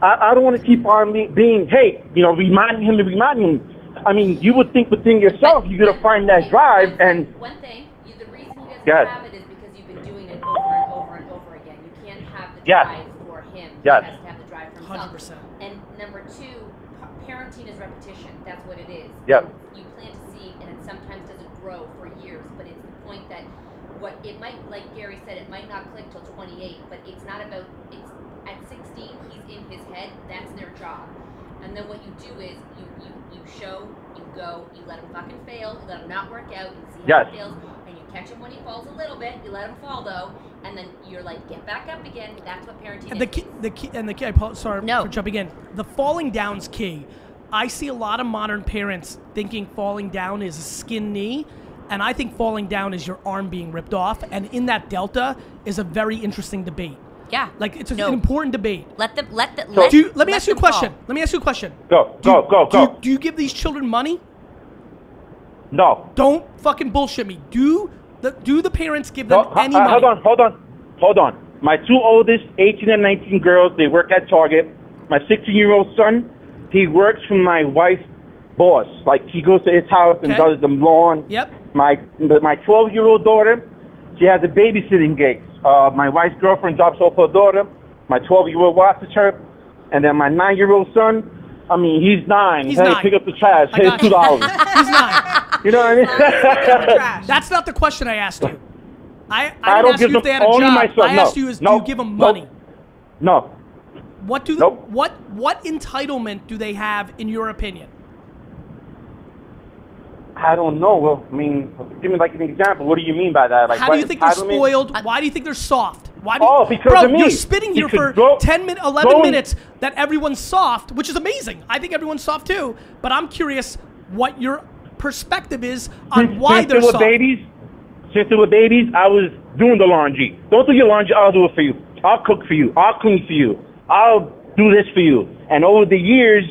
I, I don't want to keep on me- being, hey, you know, reminding him and reminding him. I mean, you would think within yourself you're going to find that drive and One thing, you, the reason you guys Yes. don't have it is because you've been doing it over and over and over again. You can't have the Yes. drive for him. Yes. He has to have the drive for himself. 100%. And number two, pa- parenting is repetition. That's what it is. Yes. You plant a seed, and it sometimes doesn't grow for years. But it's the point that what it might, like Gary said, it might not click till 28. But it's not about it's at 16. He's in his head. That's their job. And then what you do is you you, you show, you go, you let him fucking fail, you let him not work out, you see how Yes. he fails, and you catch him when he falls a little bit. You let him fall though, and then you're like, get back up again. That's what parenting And is. the key, the key, and the key. I apo- sorry for jumping in. The falling down's key. I see a lot of modern parents thinking falling down is a skin knee, and I think falling down is your arm being ripped off. And in that delta is a very interesting debate. Yeah. Like it's No. an important debate. Let them. Let the. Let, Let, do you, let me let ask you a them fall. question. Let me ask you a question. go, go, go, Do you- go. do you give these children money? No. Don't fucking bullshit me. Do the do the parents give them No, h- any uh, money? hold on, hold on, hold on. My two oldest, 18 and 19 girls, they work at Target. My 16-year-old son, he works for my wife's boss. Like he goes to his house and does the lawn. Yep. My my 12-year-old daughter, she has a babysitting gig. Uh, my wife's girlfriend drops off her daughter. My 12-year-old watches her, and then my nine-year-old son. I mean, he's nine. He's hey, nine. pick up the trash. I Here's got you. two dollars. He's not. You know what I mean? That's not the question I asked you. I, I I, didn't don't ask give you if them- they had a only job. myself, I no, asked you, is do no, you give them no. money? No. What do Nope. what what entitlement do they have in your opinion? I don't know. Well, I mean, give me like an example. What do you mean by that? Like, How do what you think they're entitlement? spoiled? Why do you think they're soft? Why do Oh, because bro, of me. you're spitting here Because for go- 10 minutes, 11 going- minutes that everyone's soft, which is amazing. I think everyone's soft too, but I'm curious what your perspective is on why since they're they were soft. babies, since they were babies, I was doing the laundry. Don't do your laundry. I'll do it for you. I'll cook for you. I'll clean for you. I'll do this for you. And over the years,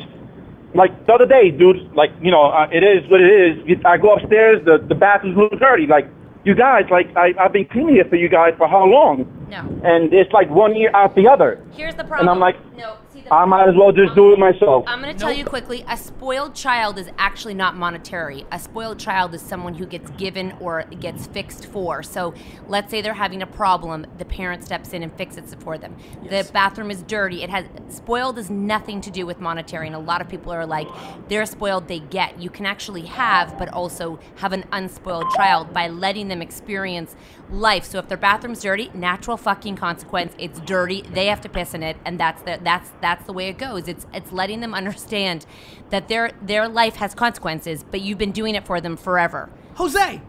like the other day, dude, like you know, uh, it is what it is. You- I go upstairs. The the bathroom's a little dirty. Like you guys, like I, I've been cleaning it for you guys for how long? No. And it's like one year out the other. Here's the problem. And I'm like, no. See the I might as well just do it myself. I'm going to tell you quickly a spoiled child is actually not monetary. A spoiled child is someone who gets given or gets fixed for. So let's say they're having a problem, the parent steps in and fixes it for them. The bathroom is dirty. It has spoiled is nothing to do with monetary and a lot of people are like they're spoiled they get. You can actually have but also have an unspoiled child by letting them experience life. So if their bathroom's dirty, natural fucking consequence, it's dirty, they have to piss in it and that's the that's that's the way it goes. It's it's letting them understand that their their life has consequences, but you've been doing it for them forever. Jose,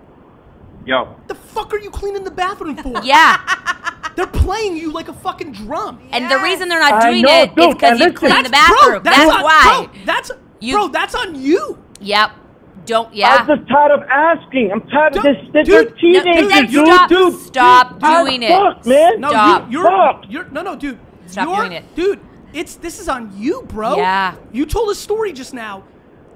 Yo, the fuck are you cleaning the bathroom for? Yeah. They're playing you like a fucking drum. And the reason they're not I doing know, it is dude, because and you listen- clean the bathroom. Bro, that's that's on- why. Bro, that's You- bro, that's on you. Yep. Don't I'm yeah. just tired of asking. I'm tired of Don't- this. They're dude, No, dude, teenagers, dude. stop, dude. stop I'm doing it. fucked, man. No, Stop. You, you're, Fuck. you're no, no, dude. Stop you're, doing it. dude. It's this is on you, bro. Yeah. You told a story just now.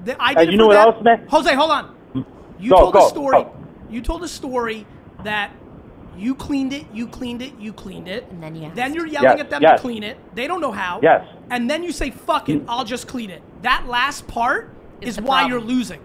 That I Uh, did it you for know what that- else, man? Mm. Jose, hold on. You Go, told go, a story. go. You told a story that you cleaned it, you cleaned it, you cleaned it. And then you Then asked. you're yelling Yes, at them yes. to clean it. They don't know how. Yes. Mm. And then you say, "Fuck it, I'll just clean it." That last part It's is the why problem. you're losing.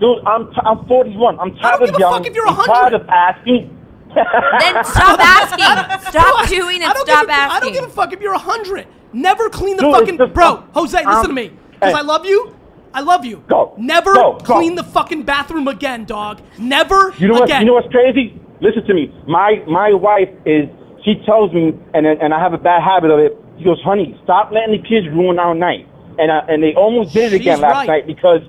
Dude, I'm, t- I'm 41. I'm tired I don't of give a yelling. fuck if you're I'm 100. tired of asking. Then stop asking. Stop doing I it. don't Stop give a, I don't asking. give a fuck if you're a hundred. Never clean the Dude, it's fucking just- bro. Jose, listen um, to me, because hey. I love you. I love you. Go, Never go, go. clean the fucking bathroom again, dog. Never You know what? again. You know what's crazy? Listen to me. My my wife is. She tells me, and and I have a bad habit of it. She goes, "Honey, stop letting the kids ruin our night." And I, and they almost did it She's again last right. night because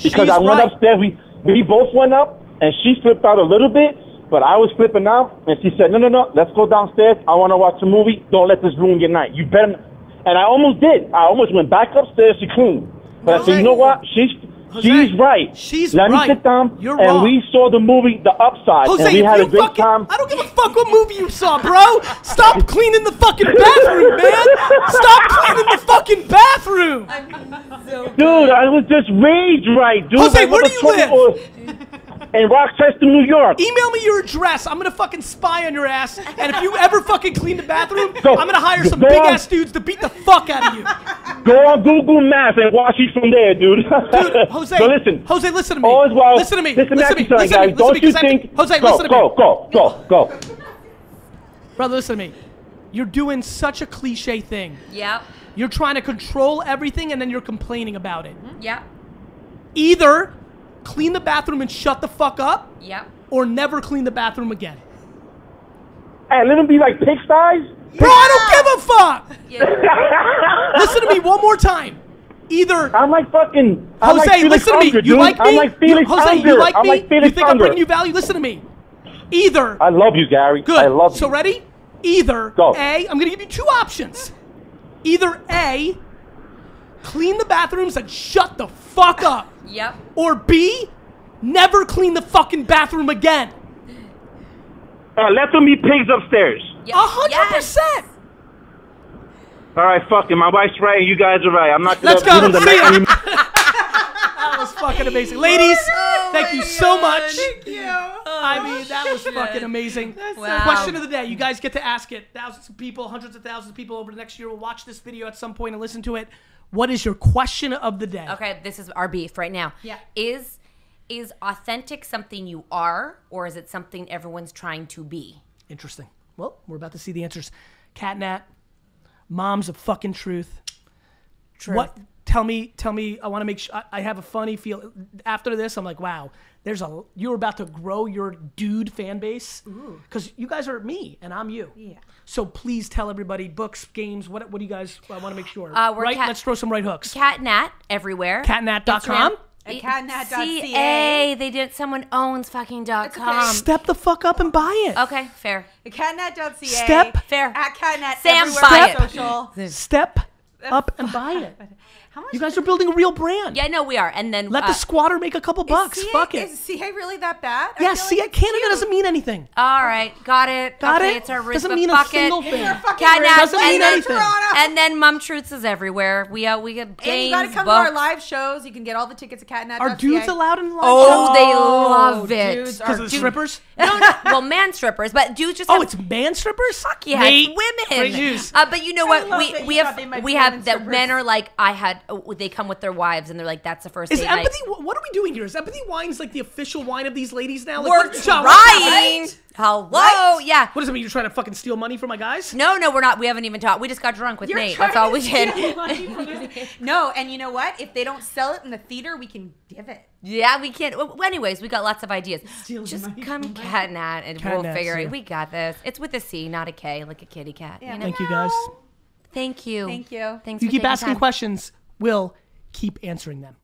because She's I went right. upstairs. We we both went up, and she flipped out a little bit, but I was flipping out, and she said, "No, no, no, let's go downstairs. I want to watch a movie. Don't let this ruin your night. You better." Not. And I almost did. I almost went back upstairs to clean. But I said, "You know what? She's Jose, she's right. she's let right. me sit down." You're and wrong. we saw the movie The Upside, Jose, and we if had you a great fucking, time. I don't give a fuck what movie you saw, bro. Stop cleaning the fucking bathroom, man. Stop cleaning the fucking bathroom. Dude, I was just rage right, dude. Jose, I where was do you live? 24 In Rochester, New York. Email me your address. I'm gonna fucking spy on your ass. And if you ever fucking clean the bathroom, Go. I'm gonna hire some Go big on. ass dudes to beat the fuck out of you. Go on Google Maps and watch it from there, dude. Dude, Jose, so listen. Jose, listen to me. Always while, listen to me. Listen, listen to to me, me. son, Listen to guys. me. Don't listen you because think? I, Jose, go, listen to go, me. Go, go, go, Brother, listen to me. You're doing such a cliche thing. Yep. You're trying to control everything and then you're complaining about it. Mm-hmm. Yep. Either clean the bathroom and shut the fuck up, Yep. or never clean the bathroom again. Hey, let them be like pigsties. Bro, I don't give a fuck! Yeah. Listen to me one more time. Either I'm like fucking. I'm Jose, like Felix listen Unger, to me. Dude. You like me? I'm like Felix you, Jose, Unger. you like I'm me? like Felix you think I'm Unger. bringing you value? Listen to me. Either I love you, Gary. good. I love you. so ready? Either Go. A, I'm gonna give you two options. Either A, clean the bathrooms and shut the fuck up, Yep. or B, never clean the fucking bathroom again. Uh, let them be pigs upstairs. A hundred percent. All right, fucking. My wife's right. You guys are right. I'm not gonna Let's go. give them the See ya. night anymore. That was fucking amazing, ladies. thank you so much. I mean, that was fucking amazing. Wow. Question of the day. You guys get to ask it. Thousands of people, hundreds of thousands of people over the next year will watch this video at some point and listen to it. What is your question of the day? Okay, this is our beef right now. Yeah. Is is authentic something you are or is it something everyone's trying to be? Interesting. Well, we're about to see the answers. Catnat, mom's a fucking truth. What? tell me, tell me. I want to make sure I, I have a funny feel after this. I'm like, wow, there's a you're about to grow your dude fan base because you guys are me and I'm you. Yeah. So please tell everybody books, games. What what do you guys? I want to make sure. Uh, we're right. cat- Let's throw some right hooks. Catnat everywhere. Catnat.com? Instagram- At catnat.ca. CA. They did. Someone owns fucking dot com. Step the fuck up and buy it. um, Okay, fair. Catnet.ca. Step- Fair. At catnet. Sam, everywhere buy on it. Social. Step up and buy it. How much You guys are building a real brand. Yeah, no, we are. And then Let uh, the squatter make a couple bucks. CA, Fuck it. Is CA really that bad? I Yeah, feel see, like it's Canada huge. doesn't mean anything. All right, got it. Got okay, it? It's our roof, Doesn't but mean a fuck single it. thing. Our fucking Catnap, roof Doesn't lane mean in anything. Toronto. And then Mom Truths is everywhere. We uh, we get games. And you gotta come to books. our live shows. You can get all the tickets at catnat.ca. Are dudes allowed in live Oh, they love it. dudes Because are- of the strippers? No, no, well, man strippers, but dudes just Oh, have it's man strippers? Fuck Yeah, it's women. Great news. Uh, but you know what? love We that we you thought they have might we be have women that strippers. men are like I had. oh, They come with their wives and they're like, that's the first. Is date night. empathy, wh- what are we doing here? Is empathy wines like the official wine of these ladies now? Like, We're what- John, what's happening? trying. Hello, yeah. What does it mean? You're trying to fucking steal money from my guys? No, no, we're not. We haven't even talked. We just got drunk with You're Nate. trying That's all to we did. steal money from us. no, and you know what? If they don't sell it in the theater, we can give it. Yeah, we can't. Well, anyways, we got lots of ideas. Steal the Just money come from my- catnat and we'll Catnats, figure it. yeah. We got this. It's with a C, not a K, like a kitty cat. you know? Thank you, guys. Thank you. Thank you. Thanks You for keep taking asking time. questions. We'll keep answering them.